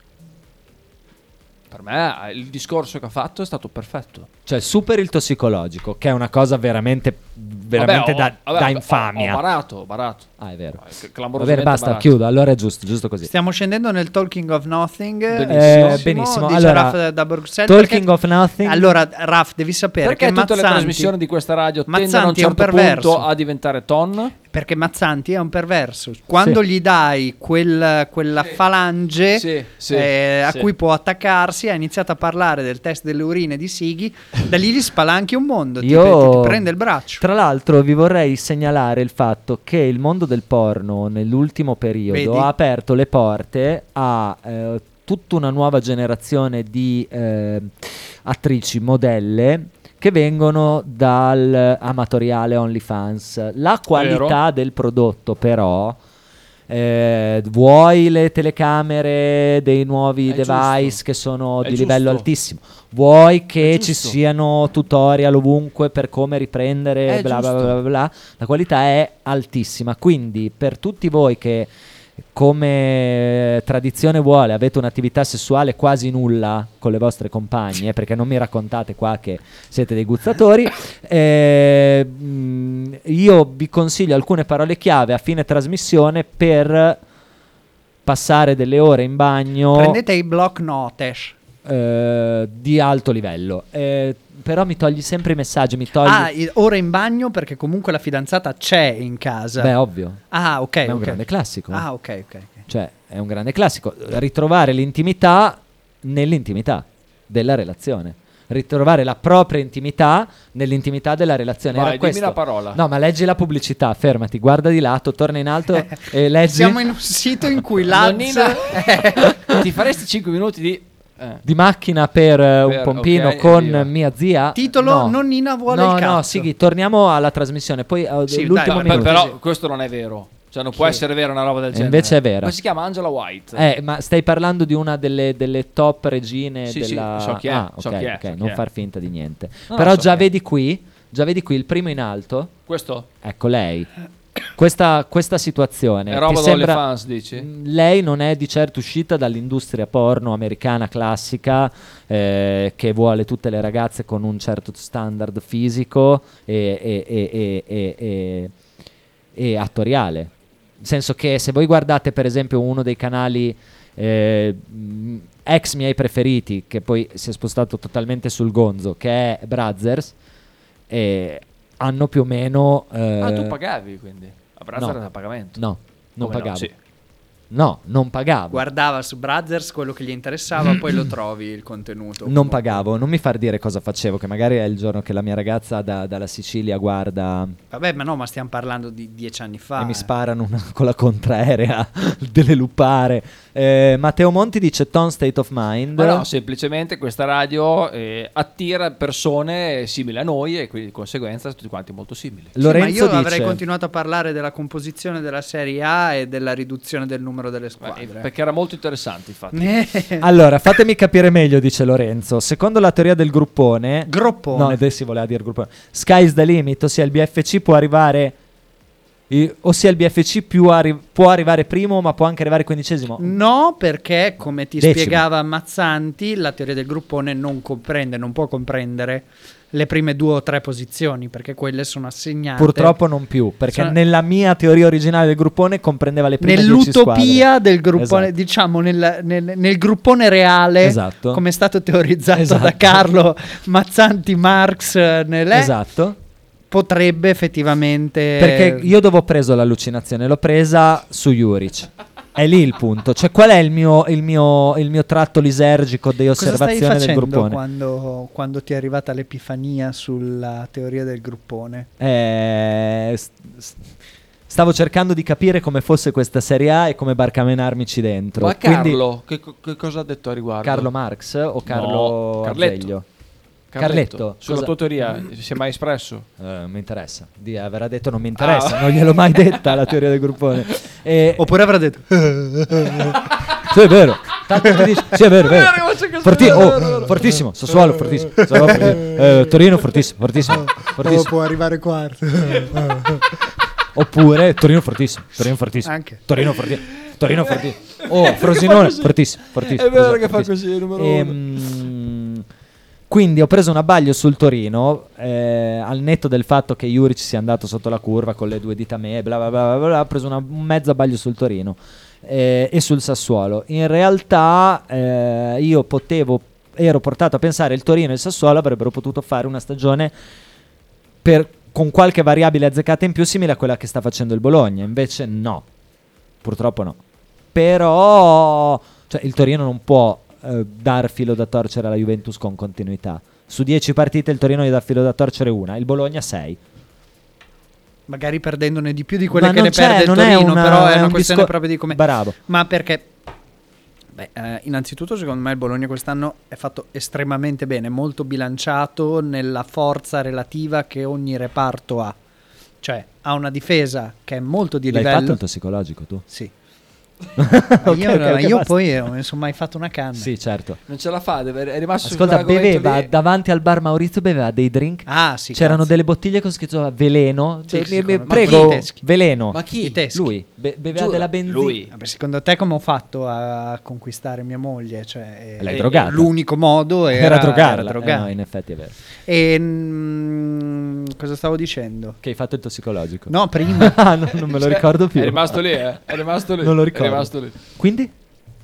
Per me eh, il discorso che ha fatto è stato perfetto. Cioè, superi il tossicologico, che è una cosa veramente, veramente Vabbè, ho- da, vabbè, da ho- infamia. Ho barato, ho barato. Ah, è vero. Eh, Va Clamorosamente bene, basta, barato. chiudo. Allora è giusto, giusto così. Stiamo scendendo nel Talking of Nothing. Benissimo. Eh, benissimo. Dice Allora, Raf da Bruxelles. Talking perché- of Nothing. Allora, Raf, devi sapere Perché che tutte Mazzanti, le trasmissioni di questa radio tendono a un Mazzanti è un certo perverso. punto a diventare ton? Perché Mazzanti è un perverso. Quando gli dai quel- quella falange sì, eh, a sì. cui può attaccarsi, ha iniziato a parlare del test delle urine di Sighi, da lì gli spalanchi un mondo. ti- Ti, ti prende il braccio. Tra l'altro, vi vorrei segnalare il fatto che il mondo del porno nell'ultimo periodo Vedi? ha aperto le porte a eh, tutta una nuova generazione di eh, attrici, modelle che vengono dal amatoriale OnlyFans. La qualità del prodotto, però. eh, vuoi le telecamere dei nuovi È device giusto. che sono È di giusto. livello altissimo? Vuoi che ci giusto. siano tutorial ovunque per come riprendere È bla, bla bla giusto. bla bla? La qualità è altissima. Quindi per tutti voi che come tradizione vuole avete un'attività sessuale quasi nulla con le vostre compagne perché non mi raccontate qua che siete dei guzzatori eh, mh, io vi consiglio alcune parole chiave a fine trasmissione per passare delle ore in bagno Prendete i block notes. eh, di alto livello Eh, però mi togli sempre i messaggi mi togli Ah, i- ora in bagno perché comunque la fidanzata c'è in casa. beh ovvio Ah, ok. Ma è un ok. grande eh. classico Ah, ok, ok. Cioè, è un grande classico. Ritrovare l'intimità nell'intimità della relazione. Ritrovare la propria intimità nell'intimità della relazione. Vai, Era dimmi questo. la parola. No, ma leggi la pubblicità, fermati, guarda di lato, torna in alto e leggi. Eh, Siamo in un sito in cui Nonnina, Laz ti faresti 5 minuti di... eh. Di macchina per, eh, Per- un pompino ok, con via. mia zia. Titolo No. Nonnina vuole No, il no, cazzo. Sighi, torniamo alla trasmissione. Poi eh, Sì, l'ultimo Dai, minuto. però questo non è vero. Cioè, non può Sì. essere vera una roba del E genere. invece è vera. Come si chiama Angela White? Eh, ma stai parlando di una delle, delle top regine Sì, sì, della... so chi è, Ah, so ok, chi è, ok, so chi non è. far finta di niente. No, Però so già chi è. vedi qui, già vedi qui il primo in alto. Questo? Ecco lei. Questa, questa situazione... È roba Eh, ti da sembra- OnlyFans, dici? Mm, Lei non è di certo uscita dall'industria porno americana classica eh, che vuole tutte le ragazze con un certo standard fisico e, e- e- e- e- e- e attoriale. Nel senso che se voi guardate per esempio uno dei canali eh, mh, ex miei preferiti, che poi si è spostato totalmente sul gonzo, che è Brazzers, eh, hanno più o meno... eh, Ah, tu pagavi quindi? A Brazzers no. era a pagamento. No, non Come no? pagavo. No, Sì. non pagavo. Guardava su Brothers quello che gli interessava, poi lo trovi il contenuto. Non pagavo, non mi far dire cosa facevo, che magari è il giorno che la mia ragazza da- dalla Sicilia guarda Vabbè, ma no, ma stiamo parlando di dieci anni fa. e mi sparano una- con la contraerea delle lupare. Eh, Matteo Monti dice Ton State of Mind. Ma no, semplicemente questa radio eh, attira persone simili a noi e quindi di conseguenza tutti quanti molto simili. Eh, Sì, ma io avrei continuato a parlare della composizione della Serie A e della riduzione del numero delle squadre. Eh, Perché era molto interessante infatti. Allora, fatemi capire meglio, dice Lorenzo. Secondo la teoria del gruppone... Gruppone. No, adesso si voleva dire gruppone. Sky's the limit, ossia il BFC può arrivare... i- ossia il BFC più arri- può arrivare primo, ma può anche arrivare quindicesimo. No, perché come ti Decimo. spiegava Mazzanti, la teoria del gruppone non comprende, non può comprendere le prime due o tre posizioni, perché quelle sono assegnate. Purtroppo non più, perché Sono- nella mia teoria originale del gruppone comprendeva le prime 10 squadre. Nell'utopia del gruppone, Esatto. diciamo nel, nel- nel gruppone reale, Esatto. come è stato teorizzato da Esatto. Carlo Mazzanti, Marx, eh, Nelè, Esatto. potrebbe effettivamente... Perché io dove ho preso l'allucinazione? L'ho presa su Juric. È lì il punto. Cioè, qual è il mio, il mio- il mio tratto lisergico di Cosa stai osservazione del facendo gruppone? Quando, quando ti è arrivata l'epifania sulla teoria del gruppone? Eh, s- s- stavo cercando di capire come fosse questa Serie A e come barcamenarmici dentro. Ma Quindi- Carlo, che, co- che cosa ha detto a riguardo? Carlo Marx o Carlo No, Carletto. Azeglio? Carletto, Carletto, sulla cosa- tua teoria si è mai espresso? Eh, mi interessa. Di avrà detto non mi interessa, Ah. non gliel'ho mai detta la teoria del gruppone. E- Oppure avrà detto... "Eh, Sì, è vero. Tanto ti dice- sì, è vero, è vero. Arrivo, c'è questo- Forti- oh, vero, vero. fortissimo, Sassuolo fortissimo, Sassuolo, fortissimo. Eh, Torino fortissimo, fortissimo, fortissimo. Ah, può arrivare quarto. Oppure Torino fortissimo, Torino fortissimo. Anche. Torino fortissimo. Torino fortissimo. Oh, Frosinone fortissimo, fortissimo. È vero che fa fortissimo. così, è il numero esatto, Ehm, Quindi ho preso un abbaglio sul Torino, eh, al netto del fatto che Juric sia andato sotto la curva con le due dita me, bla bla bla bla, bla, ho preso una- un mezzo abbaglio sul Torino eh, e sul Sassuolo. In realtà eh, io potevo, ero portato a pensare il Torino e il Sassuolo avrebbero potuto fare una stagione per- con qualche variabile azzeccata in più simile a quella che sta facendo il Bologna. Invece no, purtroppo no. Però cioè, il Torino non può eh, dar filo da torcere alla Juventus con continuità. Su 10 partite il Torino gli dà filo da torcere una, il Bologna 6. magari perdendone di più di quelle Ma che non ne perde c'è, il non è Torino, una- però è, è una un questione discor- proprio di come... Bravo. Ma perché... Beh, eh, innanzitutto secondo me il Bologna quest'anno è fatto estremamente bene, molto bilanciato nella forza relativa che ogni reparto ha. Cioè, ha una difesa che è molto di L'hai livello... fatto il tuo psicologico tu? Sì. io ok, no, ok, io basta. poi eh, non mi sono mai fatto una canna. Sì, certo. Non ce la fa, deve- è rimasto su Ascolta, quell'argomento beveva lì. davanti al bar Maurizio, beveva dei drink. Ah, sì, C'erano cazzo. delle bottiglie con scritto veleno. Sì, Cioè, sì, mi- mi- come- ma prego, chi i teschi? veleno. I teschi. Lui be- beveva della benzina. Vabbè, secondo te come ho fatto a conquistare mia moglie? Cioè, eh, L'hai drogata. L'unico modo era, Era drogarla. era Eh, no, in effetti è vero. E mm, cosa stavo dicendo? Che hai fatto il tossicologico. No, prima. Ah, no, non me lo Cioè, ricordo più. Eh, È rimasto lì, eh? È rimasto lì. Non lo È ricordo. rimasto lì. Quindi?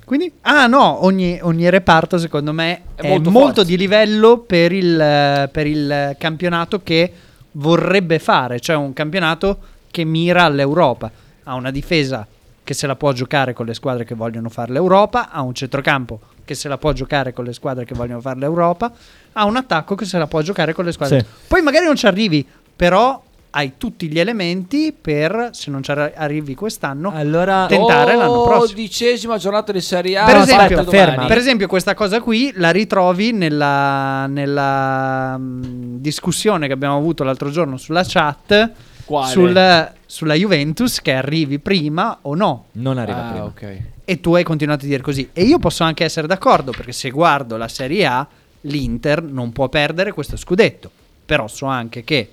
Quindi, ah no, ogni, ogni reparto secondo me È è, molto molto, di livello per il, eh, per il campionato che vorrebbe fare, cioè un campionato che mira all'Europa, ha una difesa che se la può giocare con le squadre che vogliono fare l'Europa, ha un centrocampo che se la può giocare con le squadre che vogliono fare l'Europa, ha un attacco che se la può giocare con le squadre. Sì. Poi magari non ci arrivi, però hai tutti gli elementi per, se non ci arri- arrivi quest'anno, allora, oh, tentare l'anno prossimo Dodicesima giornata di Serie A. per, parte esempio, domani. Ah, per esempio, questa cosa qui la ritrovi nella, nella, mh, discussione che abbiamo avuto l'altro giorno sulla chat Quale? sul- sulla Juventus che arrivi prima o no. Non arriva Ah, prima. ok. E tu hai continuato a dire così. E io posso anche essere d'accordo perché se guardo la Serie A, l'Inter non può perdere questo scudetto. Però so anche che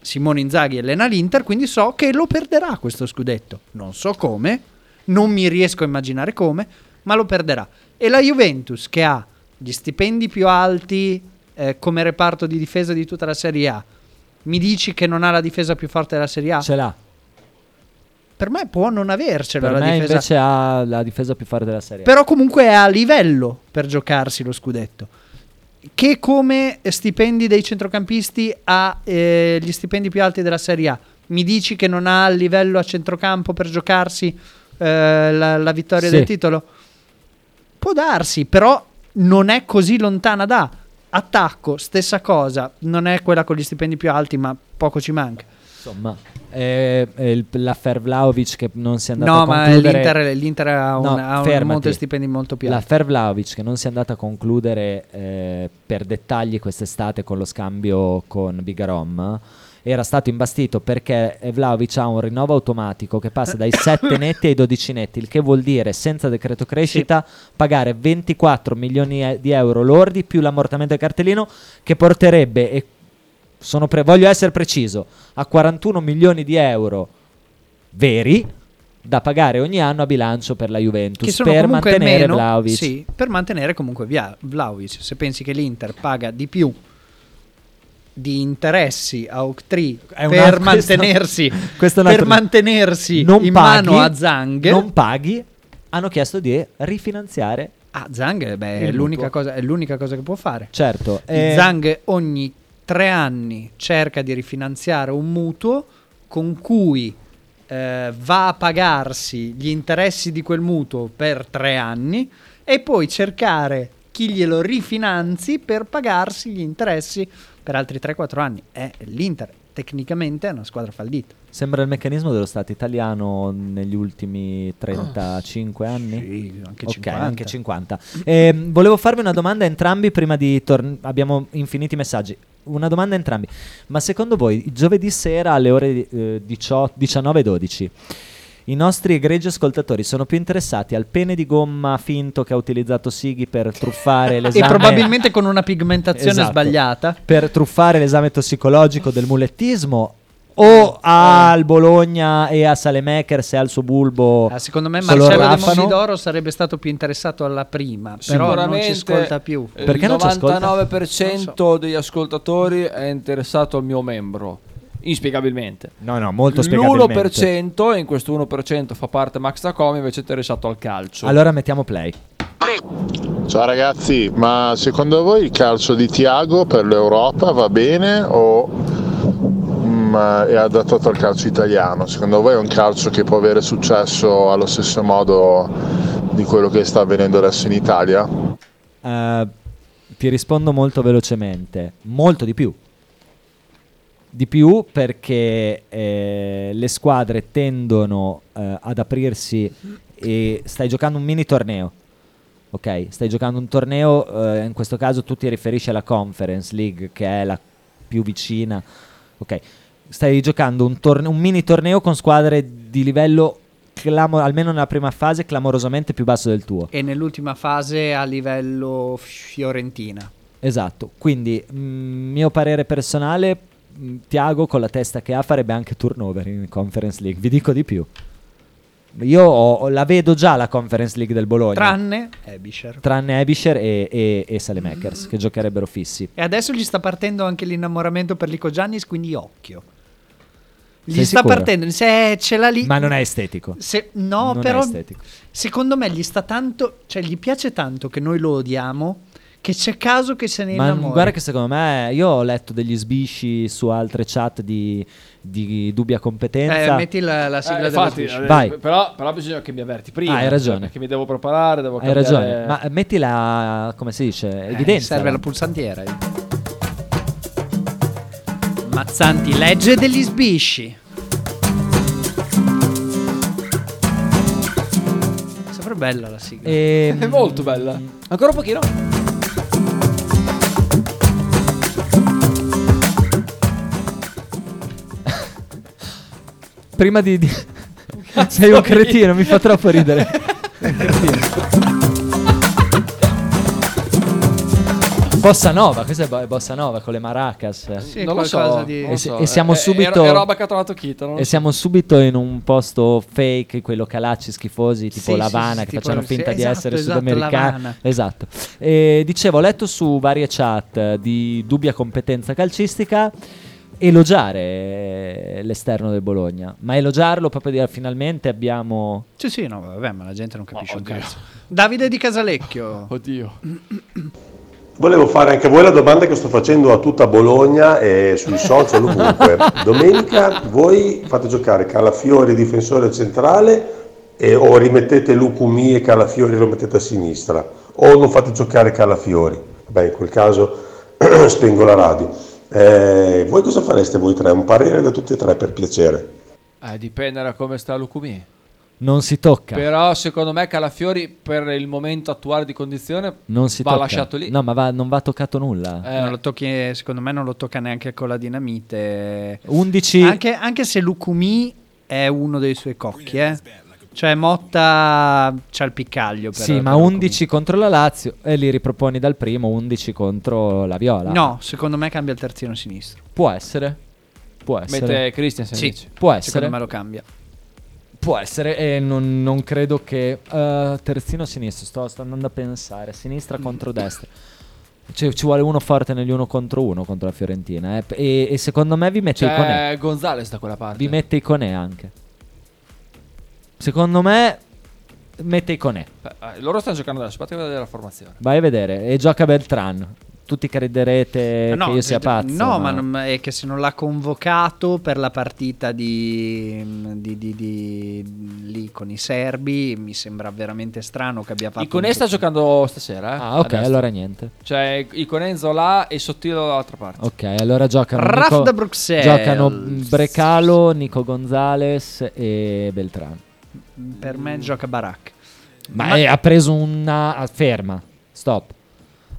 Simone Inzaghi allena l'Inter, quindi so che lo perderà questo scudetto. Non so come, non mi riesco a immaginare come, ma lo perderà. E la Juventus che ha gli stipendi più alti eh, come reparto di difesa di tutta la Serie A, mi dici che non ha la difesa più forte della Serie A? Ce l'ha. Per me può non avercela Per la me difesa. invece ha la difesa più forte della serie. A. Però comunque è a livello per giocarsi lo scudetto. Che come stipendi dei centrocampisti ha eh, gli stipendi più alti della Serie A. Mi dici che non ha il livello a centrocampo per giocarsi eh, la, la vittoria Sì. del titolo? Può darsi, però non è così lontana da attacco, stessa cosa, non è quella con gli stipendi più alti, ma poco ci manca. Insomma, eh, eh, il- l'affair Vlaovic che non si è andato No, a ma concludere. l'Inter- l'Inter ha un- ha un fermati. monte stipendi molto più alto. L'affair Vlaovic che non si è andato a concludere eh, per dettagli quest'estate con lo scambio con Bigarom. Era stato imbastito perché eh, Vlaovic ha un rinnovo automatico che passa dai 7 netti ai 12 netti, il che vuol dire senza decreto crescita pagare 24 milioni eh, di euro lordi più l'ammortamento del cartellino che porterebbe, e sono pre- voglio essere preciso, a 41 milioni di euro veri da pagare ogni anno a bilancio per la che Juventus sono per comunque mantenere meno, Vlaovic. sì, per mantenere comunque via Vlaovic. Se pensi che l'Inter paga di più di interessi a Octree È un per altro- mantenersi, questo- questo è un per altro- mantenersi Non in paghi, mano a Zang. Non paghi, hanno chiesto di rifinanziare. Ah, Zang beh, è, Il l'unica mutuo. cosa, è l'unica cosa che può fare. Certo, Il eh, Zang ogni tre anni cerca di rifinanziare un mutuo con cui eh, va a pagarsi gli interessi di quel mutuo per tre anni e poi cercare chi glielo rifinanzi per pagarsi gli interessi per altri 3-4 anni. È l'Inter, tecnicamente è una squadra fallita. sembra il meccanismo dello Stato italiano negli ultimi 35 anni. anche Ok, 50. anche 50. Ehm, volevo farvi una domanda a entrambi prima di tornare. Abbiamo infiniti messaggi. Una domanda a entrambi. Ma secondo voi, giovedì sera alle ore eh, 18 19.12, i nostri egregi ascoltatori sono più interessati al pene di gomma finto che ha utilizzato Sighi per truffare l'esame? E Eh. probabilmente con una pigmentazione Esatto. sbagliata. Per truffare l'esame tossicologico del mulettismo? O al Bologna e a Salemaker se ha il suo bulbo? Ah, Secondo me solo Marcello De Raffano? Monfidoro sarebbe stato più interessato alla prima, però non ci Sicuramente, ascolta più. eh, Perché il non ci ascolta? 99% degli ascoltatori è interessato al mio membro. Inspiegabilmente. No, no, molto spiegabilmente. L'1% e in questo 1% fa parte Max Tacomi invece è interessato al calcio. Allora mettiamo play. Ciao ragazzi, ma secondo voi il calcio di Tiago per l'Europa va bene o mm, è adattato al calcio italiano? Secondo voi è un calcio che può avere successo allo stesso modo di quello che sta avvenendo adesso in Italia? Eh, ti rispondo molto velocemente, molto di più. Di più perché eh, le squadre tendono eh, ad aprirsi e stai giocando un mini torneo. Ok, stai giocando un torneo, eh, in questo caso tu ti riferisci alla Conference League che è la più vicina. Ok, stai giocando un, torne- un mini torneo con squadre di livello clamo- almeno nella prima fase, clamorosamente più basso del tuo. E nell'ultima fase a livello fiorentina. Esatto, quindi mh, mio parere personale, mh, Tiago con la testa che ha farebbe anche turnover in Conference League, vi dico di più. Io ho- ho- la vedo già la Conference League del Bologna. Tranne Eh, Ebisher. Tranne Ebisher e, e, e Saelemaekers, che giocherebbero fissi. E adesso gli sta partendo anche l'innamoramento per Lico Giannis, quindi occhio. Gli Sei sta sicuro? partendo, se ce l'ha lì. Ma non è estetico. Se- no, Non è però estetico. secondo me gli sta tanto, cioè gli piace tanto che noi lo odiamo che c'è caso che se ne Ma innamori. guarda che secondo me io ho letto degli sbisci su altre chat di, di dubbia competenza. Eh, metti la, la sigla Eh, infatti, dello eh, Vai. Però, però bisogna che mi avverti prima. eh, Ah, hai ragione. Perché mi devo preparare, devo Hai cambiare- ragione, ma eh, metti la, come si dice, evidenza. Eh, serve la pulsantiera. eh. Mazzanti legge degli sbisci. Sembra bella la sigla. Ehm, È molto bella. Ancora un pochino. Prima di... di- Sei un cretino, mi fa troppo ridere. Bossa Nova, questa è bo- Bossa Nova con le maracas. Sì, Non lo qualcosa so, di- Eh, non lo E, so. eh, e siamo È- è- subito... è roba che ha trovato Kita, non lo E so. siamo subito in un posto fake, quei localacci schifosi tipo Sì, Lavana sì, sì, che tipo- facciano sì, finta di esatto, essere esatto, sudamericani. L'Havana. Esatto. E dicevo, ho letto su varie chat eh, di dubbia competenza calcistica elogiare eh, l'esterno del Bologna, ma elogiarlo proprio dire finalmente abbiamo Sì, sì, no, vabbè, ma la gente non capisce Oh, un cazzo. Davide di Casalecchio. Oddio. Mm. Volevo fare anche a voi la domanda che sto facendo a tutta Bologna e sui social ovunque. Domenica voi fate giocare Calafiori difensore centrale e, o rimettete Lucumi e Calafiori lo mettete a sinistra o non fate giocare Calafiori. Beh, in quel caso spengo la radio. Eh, voi cosa fareste voi tre? Un parere da tutti e tre per piacere. Eh, dipende da come sta Lucumi. non si tocca. Però secondo me Calafiori per il momento attuale di condizione non si va tocca. lasciato lì. No, ma va- non va toccato nulla. Eh. Non lo tocchi, secondo me non lo tocca neanche con la dinamite. 11. Anche, anche se Lukumi è uno dei suoi cocchi, eh. Cioè Motta c'ha il piccaglio. Per, Sì, ma per 11 contro la Lazio e li riproponi dal primo 11 contro la Viola. Lukumi. No, secondo me cambia il terzino sinistro. Può essere. Può essere. Mette Christensen, Sì, dici? Può essere. Secondo me lo cambia. Può essere e non, non credo che... eh, terzino sinistro, sto, sto andando a pensare. Sinistra contro destra. Cioè, ci vuole uno forte negli uno contro uno contro la Fiorentina. eh. E, e secondo me vi mette i Iconè. Certo. C'è Gonzales Cioè, da quella parte. Vi mette Iconè anche. Secondo me mette Iconè. Eh, loro stanno giocando adesso, fate vedere la formazione. Vai a vedere. E gioca Beltran. Tutti crederete No, Eh, che io sia d- pazzo. No, ma, non- è che se non l'ha convocato per la partita di, di- di- di- lì con i serbi, mi sembra veramente strano che abbia fatto. Iconè un sta gioco- giocando stasera. eh, Ah, ok, a destra. allora niente. Cioè, Iconè in là e Sottile dall'altra parte. Ok, allora giocano. Raf Nico- da Bruxelles. Giocano Brecalo, Nico Gonzales e Beltran. Per me gioca Barak. Ma, eh, ha preso una. ah, Ferma, stop.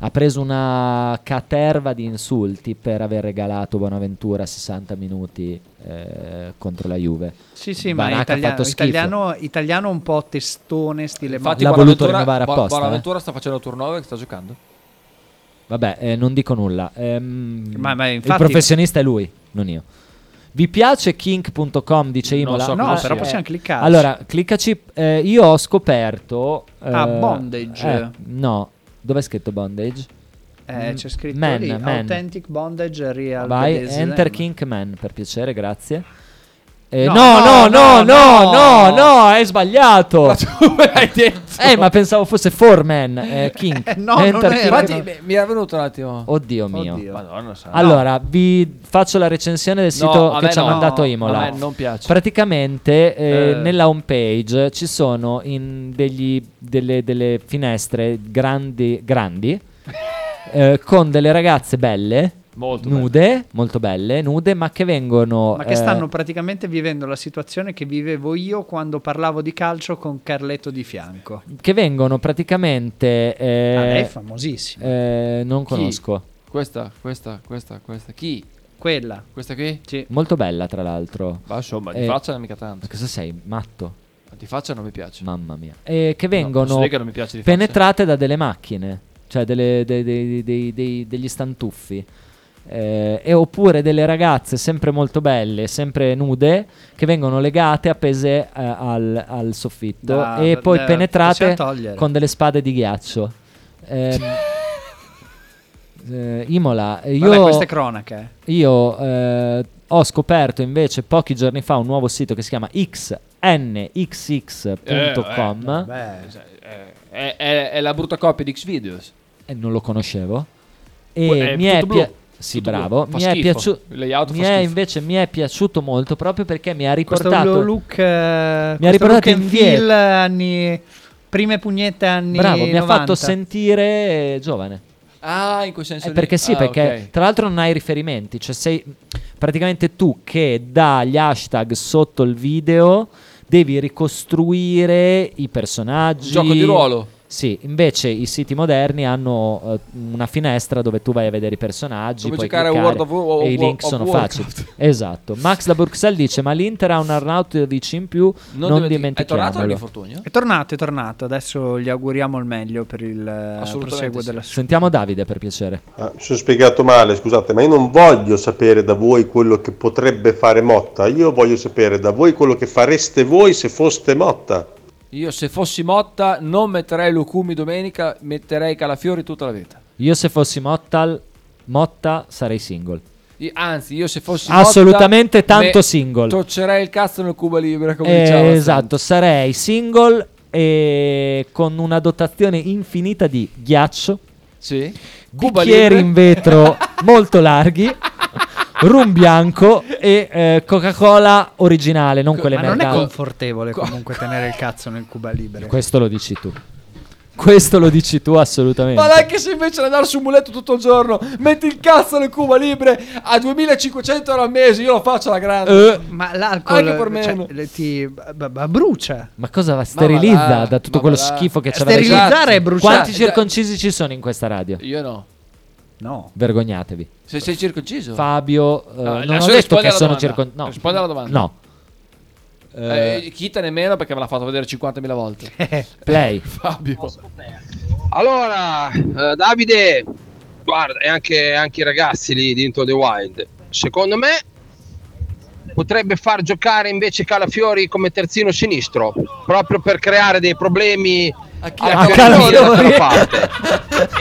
Ha preso una caterva di insulti per aver regalato Bonaventura 60 minuti eh, contro la Juve. Sì, sì, Baracca ma ha italiano, fatto schifo. italiano, italiano un po' testone, stile Infatti, L'ha Motta. voluto Bonaventura- rinnovare Bo- apposta, eh. Bonaventura sta facendo turnover, sta giocando. Vabbè, eh, non dico nulla. Ehm, Ma- ma il infatti- professionista è lui, non io. Vi piace kink.com? Dice Non Imola. so No, cosa però sia. possiamo cliccarci. Allora, cliccaci. eh, io ho scoperto. Ah, eh, bondage. eh, no, dov'è scritto bondage? Eh, Mm, c'è scritto man, lì, man. Authentic Bondage Real Vai, Bdeleslam. enter kink man per piacere, grazie. Eh, No, no, no, no, no, no, no, hai sbagliato. Ma tu me l'hai detto. Eh, ma pensavo fosse foreman. Eh, kink. Enter kink. Infatti, Eh, mi- mi era venuto un attimo. Oddio mio. Madonna, sa- Allora, vi faccio la recensione del No, sito a che me ci ha no. mandato No, Imola. a me non piace. Praticamente eh, Eh. nella home page ci sono in degli- delle, delle finestre grandi, grandi eh, con delle ragazze belle. Molto nude, molto belle, nude, ma che vengono. Ma eh, che stanno praticamente vivendo la situazione che vivevo io quando parlavo di calcio con Carletto di fianco. che vengono praticamente. eh, Ah, lei è famosissima. eh, non Chi? conosco. Questa, questa, questa, questa. Chi? Quella. Questa qui? Sì. Molto bella, tra l'altro. Ma insomma, di Eh, faccia non è mica tanto. Ma cosa sei? Matto? Di faccia non mi piace. Mamma mia. eh, che vengono posso dire che non mi piace di faccia. penetrate da delle macchine, cioè delle- dei- dei- dei- dei- degli stantuffi. eh, e oppure delle ragazze sempre molto belle, sempre nude, che vengono legate, appese eh, al, al soffitto Da- e da- poi da- penetrate possiamo togliere. con delle spade di ghiaccio. Ehm, eh, Imola, eh, io, Vabbè, questa è cronaca, eh. Io eh, ho scoperto invece pochi giorni fa un nuovo sito che si chiama xnxx.com. Eh, È, è- è la brutta copia di Xvideos. e non lo conoscevo. E Poi è mi è tutto blu, pia- Sì, tutto blu. bravo. Fa Mi è schifo. piaciuto. Il layout Mi fa è schifo. invece mi è piaciuto molto proprio perché mi ha Questo riportato. look, eh, mi ha questo riportato look and indietro. feel anni prime pugnette anni Bravo, mi ha 90. fatto sentire eh, giovane. Ah, in quel senso Eh, lì. perché sì, Ah, perché ok. tra l'altro non hai riferimenti, cioè sei praticamente tu che dà gli hashtag sotto il video, devi ricostruire i personaggi. Un gioco di ruolo. Sì, invece i siti moderni hanno eh, una finestra dove tu vai a vedere i personaggi, Come puoi giocare a cliccare World of War- e i of War- link of sono facili. Warcraft. Esatto. Max da Bruxelles dice "Ma l'Inter ha un Arnautovic in più, non, dimentichiamolo". È tornato, è tornato. Adesso gli auguriamo il meglio per il eh, proseguo della sua. Sentiamo Davide per piacere. Ah, mi sono spiegato male, scusate, ma io non voglio sapere da voi quello che potrebbe fare Motta, io voglio sapere da voi quello che fareste voi se foste Motta. Io se fossi Motta non metterei Lucumi domenica, metterei Calafiori tutta la vita. Io se fossi Mottal, Motta sarei single. I- Anzi, io se fossi Assolutamente Motta, tanto me- single. Toccerei il cazzo nel Cuba Libre, come Eh, diceva. esatto, sarei single e con una dotazione infinita di ghiaccio, sì. bicchieri in vetro molto larghi, rum bianco e eh, Coca-Cola originale, non quelle Ma non è merda. confortevole comunque tenere il cazzo nel Cuba libero. Questo lo dici tu. Questo lo dici tu assolutamente. Ma anche se invece di andare su un muletto tutto il giorno, metti il cazzo nel Cuba Libre a 2500 euro al mese, io lo faccio alla grande. Eh. Ma l'alcol Anche per cioè, meno. le- ti b- b- brucia. Ma cosa va? Sterilizza da tutto quello schifo che c'è Sterilizzare e bruciare. Quanti circoncisi ci sono in questa radio? Io no. No. Vergognatevi. Se sei circonciso. Fabio, eh, Ah, non ho adesso detto rispondi che alla sono domanda. circoncisi. No. Rispondi alla domanda. No. Eh, Kita nemmeno perché me l'ha fatto vedere 50.000 volte. Play. Fabio. Allora, eh, Davide, guarda, e anche, anche i ragazzi lì di Into the Wild, secondo me potrebbe far giocare invece Calafiori come terzino sinistro, proprio per creare dei problemi A Calafiori Calafiori. dall'altra parte.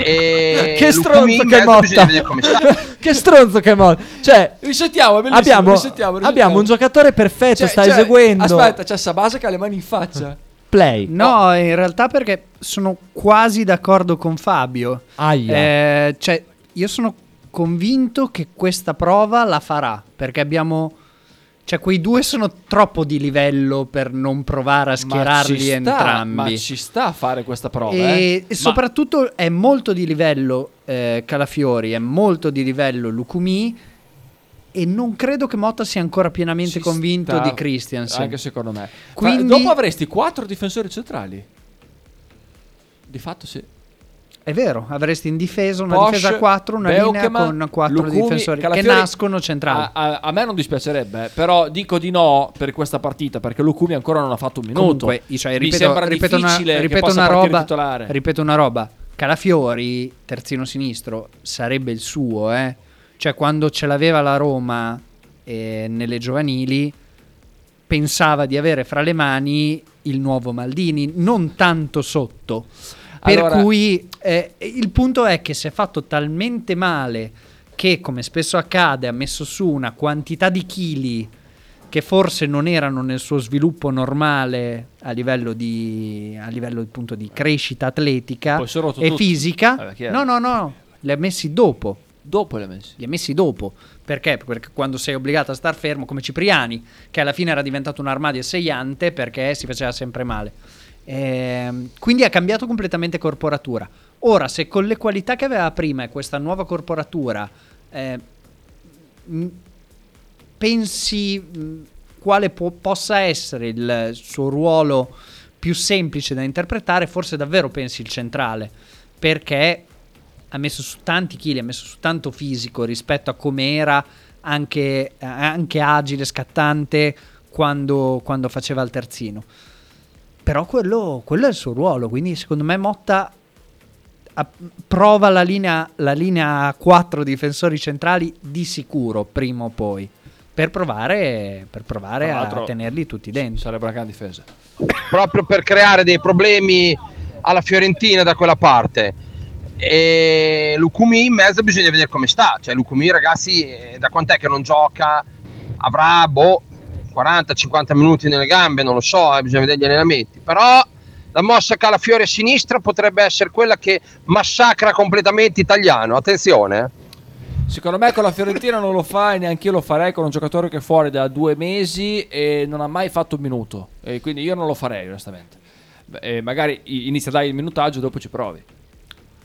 E Lucumi che stronzo in che è mezzo bisogna Motta. vedere come sta. che stronzo che è Motta. Cioè, Risettiamo, è bellissimo. abbiamo, risettiamo, risettiamo. abbiamo un giocatore perfetto, Cioè, sta cioè, eseguendo. Aspetta, c'è Sabasa che ha le mani in faccia. Play. No, in realtà perché sono quasi d'accordo con Fabio. Aia. Eh, cioè, io sono convinto che questa prova la farà perché abbiamo. Cioè, quei due sono troppo di livello per non provare a schierarli ci sta, entrambi. Ma ci sta a fare questa prova. eh. E, e Ma- soprattutto è molto di livello eh, Calafiori, è molto di livello Lucumi. E non credo che Motta sia ancora pienamente convinto sta, di Christiansen. anche secondo me. Fa- Quindi- Dopo avresti quattro difensori centrali. Di fatto sì. È vero, avresti in difesa una Posch, difesa a 4, una linea Beukeman, con 4 Lucumi, difensori Calafiori. che nascono centrali. A, a- a me non dispiacerebbe, eh, però dico di no per questa partita perché Lucumi ancora non ha fatto un minuto. Comunque, cioè, ripeto, Mi sembra ripeto una, difficile che ripeto possa una partire roba, titolare. ripeto una roba. Calafiori, terzino sinistro, sarebbe il suo, eh. Cioè, quando ce l'aveva la Roma eh, nelle giovanili, pensava di avere fra le mani il nuovo Maldini, non tanto sotto. Per Allora- cui eh, il punto è che si è fatto talmente male che, come spesso accade, ha messo su una quantità di chili che forse non erano nel suo sviluppo normale a livello di, a livello, appunto, di crescita atletica Poi si è rotto e tutto. fisica. Vabbè, chiaro. no, no, no, li ha messi dopo. Dopo li ha messi. Li ha messi dopo. Perché? Perché quando sei obbligato a star fermo, come Cipriani, che alla fine era diventato un armadio seiante perché si faceva sempre male. Ehm, quindi ha cambiato completamente corporatura. Ora, se con le qualità che aveva prima e questa nuova corporatura eh, m- pensi mh, quale po- possa essere il suo ruolo più semplice da interpretare, forse davvero pensi il centrale, perché ha messo su tanti chili, ha messo su tanto fisico rispetto a come era anche, anche agile, scattante quando, quando faceva il terzino. Però quello, quello è il suo ruolo, quindi secondo me Motta a- prova la linea, la linea 4 difensori centrali di sicuro, prima o poi, per provare, per provare Tra a l'altro, tenerli tutti dentro. Sarebbe una gran difesa. proprio per creare dei problemi alla Fiorentina da quella parte. E Lukumi in mezzo bisogna vedere come sta. Cioè, Lukumi, ragazzi, eh, da quant'è che non gioca? Avrà boh, 40-50 minuti nelle gambe, non lo so, eh, bisogna vedere gli allenamenti. Però la mossa Calafiori a sinistra potrebbe essere quella che massacra completamente italiano. Attenzione. eh. Secondo me con la Fiorentina non lo fa e neanche io lo farei con un giocatore che è fuori da due mesi e non ha mai fatto un minuto. E quindi io non lo farei, onestamente. Beh, eh, magari i- inizia a dare il minutaggio e dopo ci provi.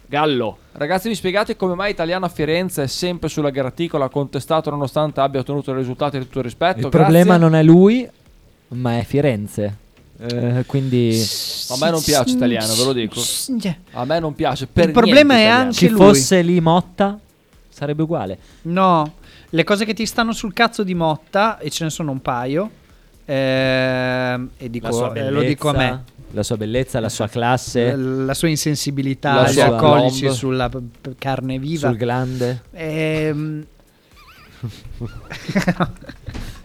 Gallo. Ragazzi, vi spiegate come mai Italiano a Firenze è sempre sulla graticola contestato nonostante abbia ottenuto il risultato di tutto il rispetto? Il Grazie. problema non è lui, ma è Firenze. Eh, quindi A me non piace italiano, ve lo dico. A me non piace per Il problema niente è italiano. anche Ci lui. fosse lì Motta, sarebbe uguale. No, le cose che ti stanno sul cazzo di Motta, e ce ne sono un paio, ehm, e dico- La sua eh, lo dico a me. bellezza, La sua bellezza, la sua classe, la sua insensibilità La agli sua alcolici blob. sulla p- p- carne viva. sul glande. Ehm,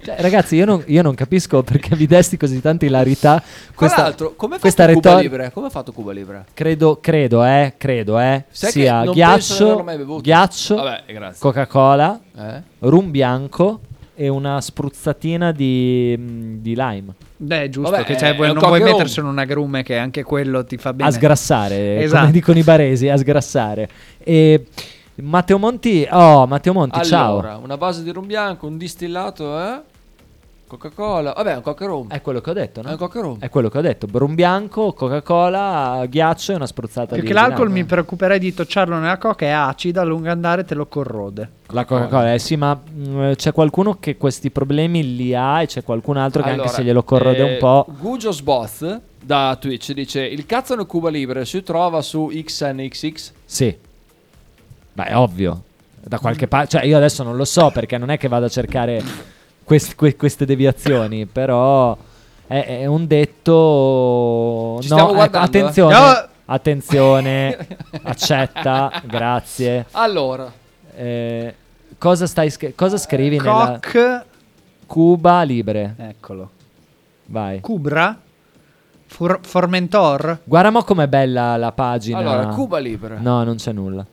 Cioè, ragazzi, io non, io non capisco perché vi desti così tanta ilarità. Tra Questa, l'altro, come ha questa fatto Cuba retor- Libre? Come ha fatto Cuba Libre? Credo, credo, eh, credo, eh. Sai che sia non penso di averlo ghiaccio, mai bevuto. ghiaccio, Vabbè, grazie. Coca-Cola, Eh? rum bianco e una spruzzatina di, mm, di lime. beh, è giusto, Vabbè, che cioè, è- vuoi- è un non vuoi cock-rum. metterci in un agrume che anche quello ti fa bene. A sgrassare, come Esatto. dicono i baresi, a sgrassare. E Matteo Monti, oh, Matteo Monti, Allora, ciao. una base di rum bianco, un distillato, eh? Coca-Cola. Vabbè, è un coca rum. È quello che ho detto, no? È un coca rum. È quello che ho detto, rum bianco, Coca-Cola, ghiaccio e una spruzzata Più di che l'alcol lime. mi preoccuperei di tocciarlo nella coca, è acido, a lungo andare te lo corrode. La Coca-Cola, eh sì, ma mh, c'è qualcuno che questi problemi li ha e c'è qualcun altro che anche Allora, se glielo corrode eh, un po'. Gugio Sboth da Twitch dice: Il cazzo nel Cuba Libre si trova su XNXX. Sì. Beh, è ovvio. Da qualche parte. Cioè, io adesso non lo so perché non è che vado a cercare quest- que- queste deviazioni, però è, è un detto. Ci stiamo ecco, guardando, eh. attenzione. No! Attenzione. accetta. Grazie. Allora, Eh, cosa, stai sch- cosa scrivi nella Coc, Cuba Libre? Eccolo. Vai. Cubra, Fur- Formentor. Guarda mo com'è bella la pagina. Allora, Cuba Eh. Libre. No, non c'è nulla.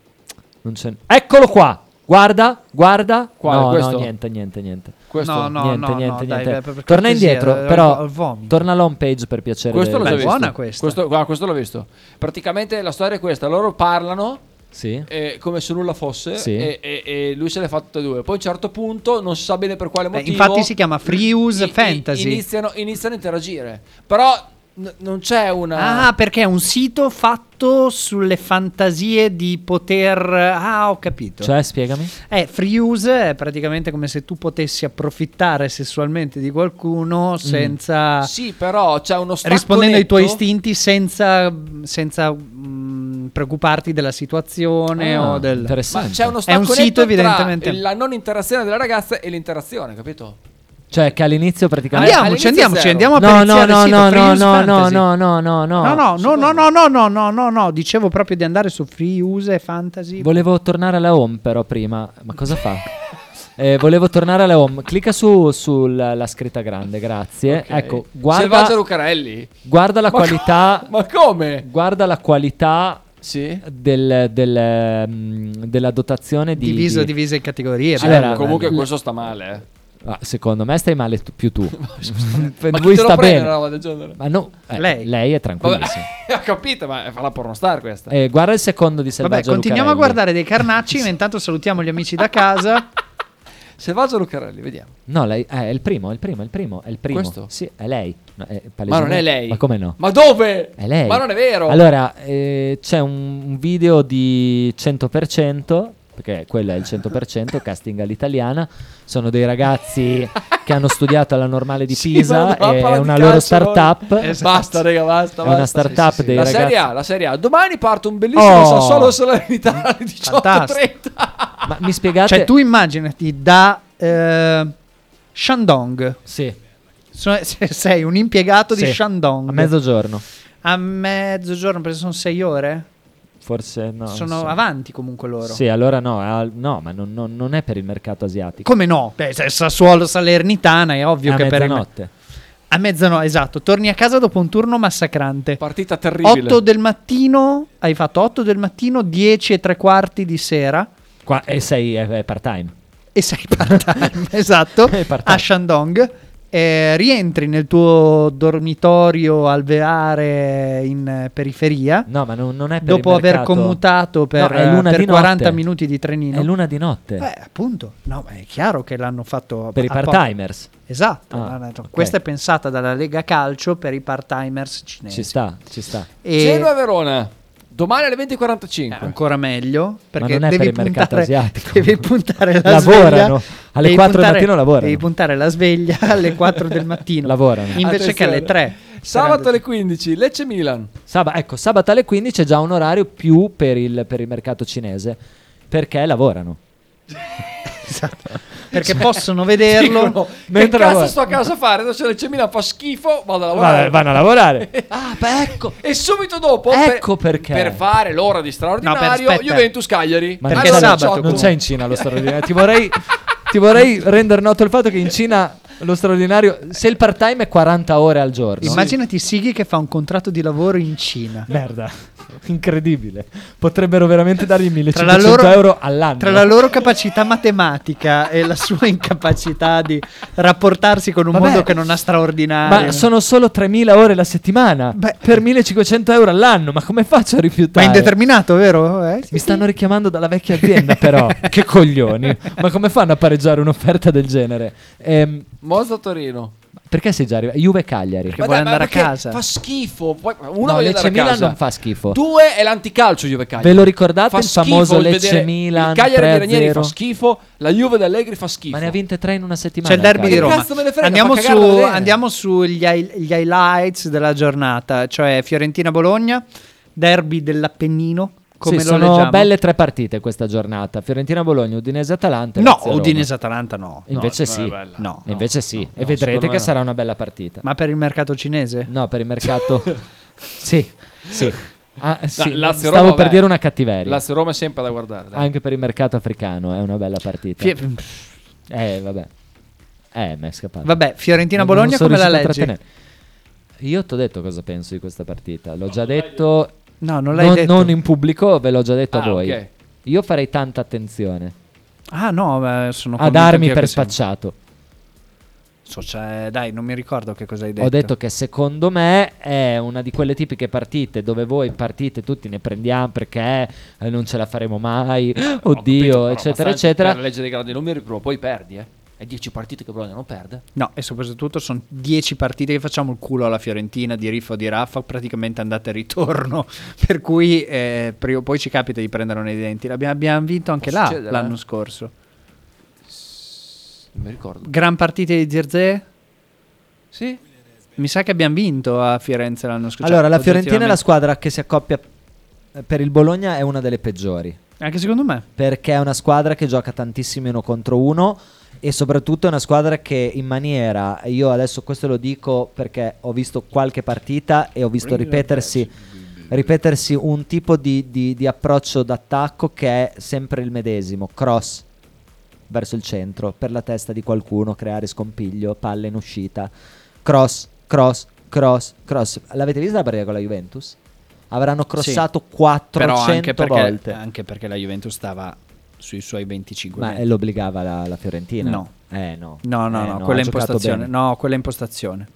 Non c'è... Eccolo qua. Guarda, guarda. Quale, no, questo? no, niente, niente, niente. Questo? No, no, niente, no, niente, no, dai, niente. beh, torna per cortesia, indietro, eh, però al vomito. torna all'home page per piacere. questo l'ho Beh, già visto. buona questa. Questo, guarda, questo l'ho visto. Praticamente la storia è questa: loro parlano Sì. eh, come se nulla fosse, Sì. e, e- e lui se l'è fatta due. Poi a un certo punto, non si sa bene per quale Beh, motivo. infatti si chiama Free Use Fantasy. Iniziano, iniziano a interagire, però n- non c'è una. Ah, perché è un sito fatto sulle fantasie di poter... Ah, ho capito. Cioè, spiegami. Eh, free use è praticamente come se tu potessi approfittare sessualmente di qualcuno senza... Sì, però c'è uno stacco rispondendo ai tuoi netto. istinti senza, senza, mm, preoccuparti della situazione Ah, o del... Ma c'è uno È stacco un sito netto tra evidentemente... la non interazione della ragazza e l'interazione, capito? Cioè, che all'inizio praticamente. Andiamoci, andiamoci, andiamo a no, no, periziare no, il sito no, Free no, Use no, no, Fantasy. no, no, no, no. No, no, no, no, no, no, no, no, no, no, dicevo proprio di andare su Free Use e Fantasy. Volevo tornare alla home, però prima. Ma cosa fa? Eh, volevo tornare alla home. Clicca su sulla scritta grande, grazie. Ok. Ecco, guarda. Selvaggia Lucarelli. Guarda la Ma qualità. Ma come? Guarda la qualità Sì. del- del, mm, della dotazione di. diviso, di- diviso in categorie. Allora, bello, Cioè, Comunque bello. questo sta male. eh. Ah, secondo me stai male tu- più tu. Per Ma chi lui te lo sta prende bene. una roba del genere? Ma no, eh, lei. Lei? è tranquillissima. Ho capito, ma fa la pornostar questa. Eh, guarda il secondo di Vabbè, Selvaggio continuiamo a Lucarelli. guardare dei carnacci, ma intanto salutiamo gli amici da casa. Selvaggio Lucarelli, vediamo. No, lei eh, è il primo, è il primo, è il primo, è il primo. Questo? Sì, è lei. No, è Ma non palesemente- è lei. Ma come no? Ma dove? È lei. Ma non è vero. Allora, eh, c'è un un video di 100%, perché quello è il 100%, casting all'italiana. Sono dei ragazzi che hanno studiato alla Normale di Sì, Pisa, ma no, è parla di una calcio, loro no? startup. Esatto. Basta, raga, basta. È una basta. startup Sì, sì, sì. dei la ragazzi. Serie A, la Serie A. Domani parte un bellissimo Oh. Sassuolo Salernitana alle 18.30. Ma mi spiegate? Cioè, tu immaginati da eh, Shandong. Sì. Sono- se- sei un impiegato di Sì, Shandong. A mezzogiorno, A mezzogiorno, perché sono sei ore? forse no. sono sì. avanti comunque loro. Sì, allora no, al- no ma non, non- non è per il mercato asiatico. Come no? Beh, se è Sassuolo Salernitana è ovvio A che per mezzanotte. A mezzanotte, esatto. Torni a casa dopo un turno massacrante. Partita terribile. 8 del mattino, hai fatto 8 del mattino, 10 e tre quarti di sera. Qua, e sei è, part time. E sei part-time, esatto, a Shandong. Eh, rientri nel tuo dormitorio alveare in eh, periferia. No, ma non, è per Dopo il aver mercato. commutato per, eh, No, è l'una per di 40 notte. minuti di trenino. È l'una di notte. Eh, appunto. No, ma è chiaro che l'hanno fatto Per i apposta. part-timers. Esatto. Ah, hanno detto, ok. Questa è pensata dalla Lega Calcio per i part-timers cinesi. Ci sta, ci sta. E- Genoa Verona. Domani alle 20.45. Eh, Ancora meglio, perché non è per devi il mercato puntare- asiatico. Devi puntare la Lavorano. sveglia. Alle 4 devi del puntare- mattino lavorano. Devi puntare la sveglia alle 4 del mattino. Lavorano. Invece che alle 3. Sabato alle 15, Lecce Milan. Saba- ecco, sabato alle 15 è già un orario più per il, per il mercato cinese perché lavorano. Perché possono vederlo. cioè, Dicono, che mentre cazzo lavora- sto a casa a fare? Adesso Lecce Milan fa schifo, vado Va- a lavorare. vanno a lavorare. ah, beh, ecco. E subito dopo, Ecco per, perché. per fare l'ora di No, straordinario, per- aspetta. Juventus Cagliari. Ma Allora, non c'è- ciao, non tu. c'è in Cina lo straordinario. ti, vorrei, ti vorrei rendere noto il fatto che in Cina lo straordinario, se il part time è 40 ore al giorno, Immaginati Sighi che fa un contratto di lavoro in Cina. Merda. incredibile, potrebbero veramente dargli 1500 Tra la, loro, euro all'anno. tra la loro capacità matematica e la sua incapacità di rapportarsi con un Vabbè, mondo che non ha straordinario. Ma sono solo 3000 ore la settimana per 1500 euro all'anno. Ma come faccio a Ma rifiutare? indeterminato, vero? Eh, sì, Mi stanno richiamando dalla vecchia azienda, però. che coglioni. Ma come fanno a pareggiare un'offerta del genere? Ehm, Monza Torino. perché sei già arrivato? Juve Cagliari. Ma dai, ma perché Fa schifo. Poi- Uno No, voglio Lecce andare a Milan casa. non fa schifo. Due è l'anticalcio Juve Cagliari. Ve lo ricordate Fa il schifo famoso vedere- Lecce Milan Il Cagliari di Ranieri 3-0? fa schifo, la Juve d'Allegri fa schifo. Ma ne ha vinte tre in una settimana. C'è il derby di Roma. andiamo, su, andiamo andiamo sugli hi- gli highlights della giornata, cioè Fiorentina-Bologna, derby dell'Appennino. Come Sì, lo sono leggiamo? belle tre partite questa giornata. Fiorentina-Bologna, Udinese-Atalanta. e No, Lazio-Roma. Udinese-Atalanta no. Invece No, sì. non è bella. No, Invece sì. e no, vedrete secondo che me no. sarà una bella partita. Ma per il mercato cinese? No, per il mercato. sì, sì. Ah, sì, Lazio-Roma, Stavo per vabbè. dire una cattiveria. Ah, Lazio Roma è sempre da guardare. dai. Anche per il mercato africano è una bella partita. Fie- eh, vabbè. Eh, mi è scappato. Vabbè, Non- Fiorentina-Bologna non sono come la riuscito a leggi? trattenere. Io ti ho detto cosa penso di questa partita. L'ho già detto. No, non l'hai detto. non in pubblico, ve l'ho già detto Ah, a voi. ok. Io farei tanta attenzione Ah no, eh, sono a convinto darmi anch'io per che sia- spacciato. So, cioè, dai, non mi ricordo che cosa hai detto. Ho detto che secondo me è una di quelle tipiche partite dove voi partite tutti ne prendiamo perché eh, non ce la faremo mai, oddio, eccetera, eccetera. Per la legge dei grandi numeri, però poi perdi, eh. È 10 partite che Bologna non perde. No, e soprattutto sono 10 partite che facciamo il culo alla Fiorentina di Riffo di Raffa, praticamente andata e ritorno. Per cui eh, prima o poi ci capita di prendere nei denti. L'abbiamo abbiamo vinto anche Può là succedere, l'anno eh. scorso. Non mi ricordo. Gran partita di Zirze? Sì. Mi sa che abbiamo vinto a Firenze l'anno scorso. allora, la Cioè, Fiorentina è la oggettivamente- squadra che si accoppia eh, per il Bologna è una delle peggiori. Anche secondo me. Perché è una squadra che gioca tantissimo uno contro uno e soprattutto è una squadra che in maniera, e io adesso questo lo dico perché ho visto qualche partita e ho visto ripetersi, ripetersi un tipo di, di- di approccio d'attacco che è sempre il medesimo, cross verso il centro, per la testa di qualcuno, creare scompiglio, palle in uscita, cross, cross, cross, cross. L'avete vista la partita con la Juventus? Avranno crossato Sì. 400 Però anche perché, eh, volte. Anche perché la Juventus stava sui suoi 25 Ma metri. eh, l'obbligava la, la Fiorentina? No. Eh no. No, no, Eh, no, ha giocato quella impostazione. bene. No, quella impostazione.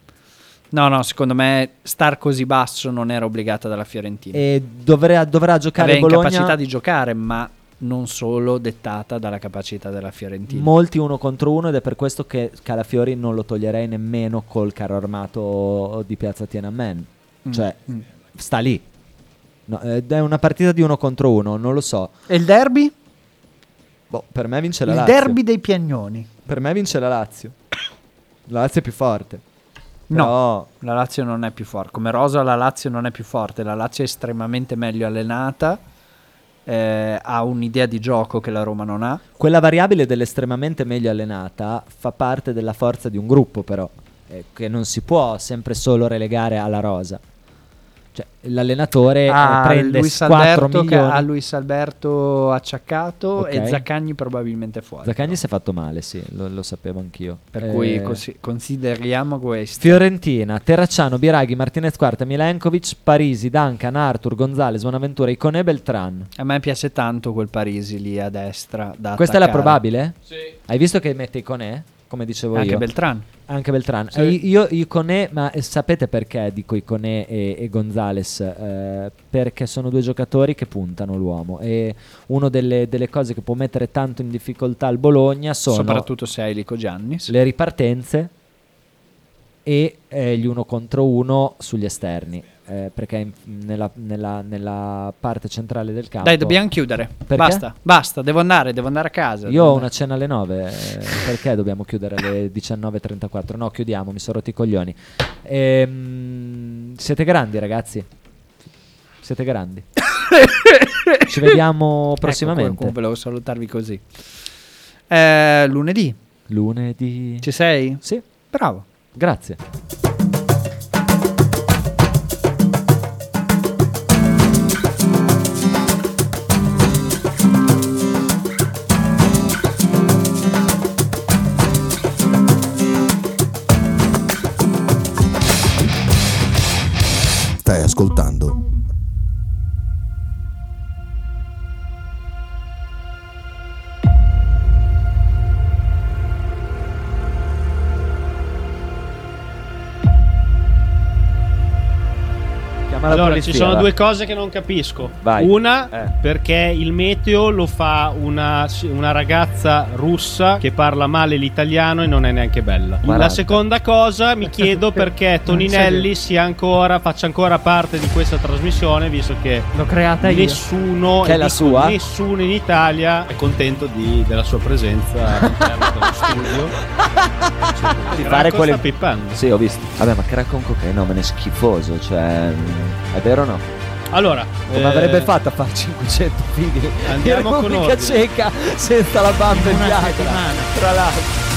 No, no, secondo me star così basso non era obbligata dalla Fiorentina. E dovrà, dovrà giocare Aveva Bologna incapacità di giocare, ma non solo dettata dalla capacità della Fiorentina. molti uno contro uno ed è per questo che Calafiori non lo toglierei nemmeno col carro armato di Piazza Tiananmen. Mm, Cioè, mm. sta lì. No, ed è una partita di uno contro uno, non lo so. e il derby? Boh, per me vince la il Lazio. derby dei Piagnoni. Per me vince la Lazio. La Lazio è più forte. No, Però- la Lazio non è più forte. Come Rosa la Lazio non è più forte. La Lazio è estremamente meglio allenata. eh, ha un'idea di gioco che la Roma non ha. Quella variabile dell'estremamente meglio allenata fa parte della forza di un gruppo, però. eh, che non si può sempre solo relegare alla rosa. Cioè, l'allenatore eh, Ah, prende Luis 4 Alberto che- milioni. a Luis Alberto acciaccato Ok. e Zaccagni probabilmente fuori. Zaccagni si è fatto male, sì, lo, lo sapevo anch'io. Per cui Eh, consi- consideriamo questo. Fiorentina, Terracciano, Biraghi, Martinez Quarta, Milenkovic, Parisi, Duncan, Arthur, Gonzalez, Bonaventura, Icone e Beltran. A me piace tanto quel Parisi lì a destra. da Questa è la attaccare. probabile? Sì. Hai visto che mette Icone? Come dicevo Anche io. Beltran. Anche Beltran. Sì. Eh, io Icone, ma eh, sapete perché dico Icone e, e Gonzales? Eh, perché sono due giocatori che puntano l'uomo e una delle, delle cose che può mettere tanto in difficoltà il Bologna sono Soprattutto se hai Lico Giannis. le ripartenze e eh, gli uno contro uno sugli esterni. eh, perché in- nella, nella- nella parte centrale del campo Dai, dobbiamo chiudere. Perché? Basta, basta, devo andare, devo andare a casa. Io ho Devo una cena alle 9, eh, perché dobbiamo chiudere alle 19.34? No, chiudiamo, mi sono rotti i coglioni. Ehm, siete grandi ragazzi, siete grandi. Ci vediamo Ecco, prossimamente. comunque volevo salutarvi così. Eh, lunedì. Lunedì. Ci sei? Sì. Bravo. Grazie. Stai ascoltando Chiama la Allora, polizia, ci sono va. due cose che non capisco. Vai. Una, Eh. perché il meteo lo fa una, una ragazza russa che parla male l'italiano e non è neanche bella. 40. La seconda cosa, mi chiedo perché Toninelli sia ancora, faccia ancora parte di questa trasmissione, visto che L'ho creata io. nessuno, Che è e la dico sua? nessuno in Italia è contento di- della sua presenza all'interno dello studio. Di Rocco sta pippando. Sì, ho visto. Vabbè, ma Cracon Cocaine è schifoso, cioè. mm, È vero o no? Allora, Come eh, avrebbe fatto a fare 500 figli Andiamo in con Repubblica ordine. Ceca senza la bamba in piatta? Tra l'altro.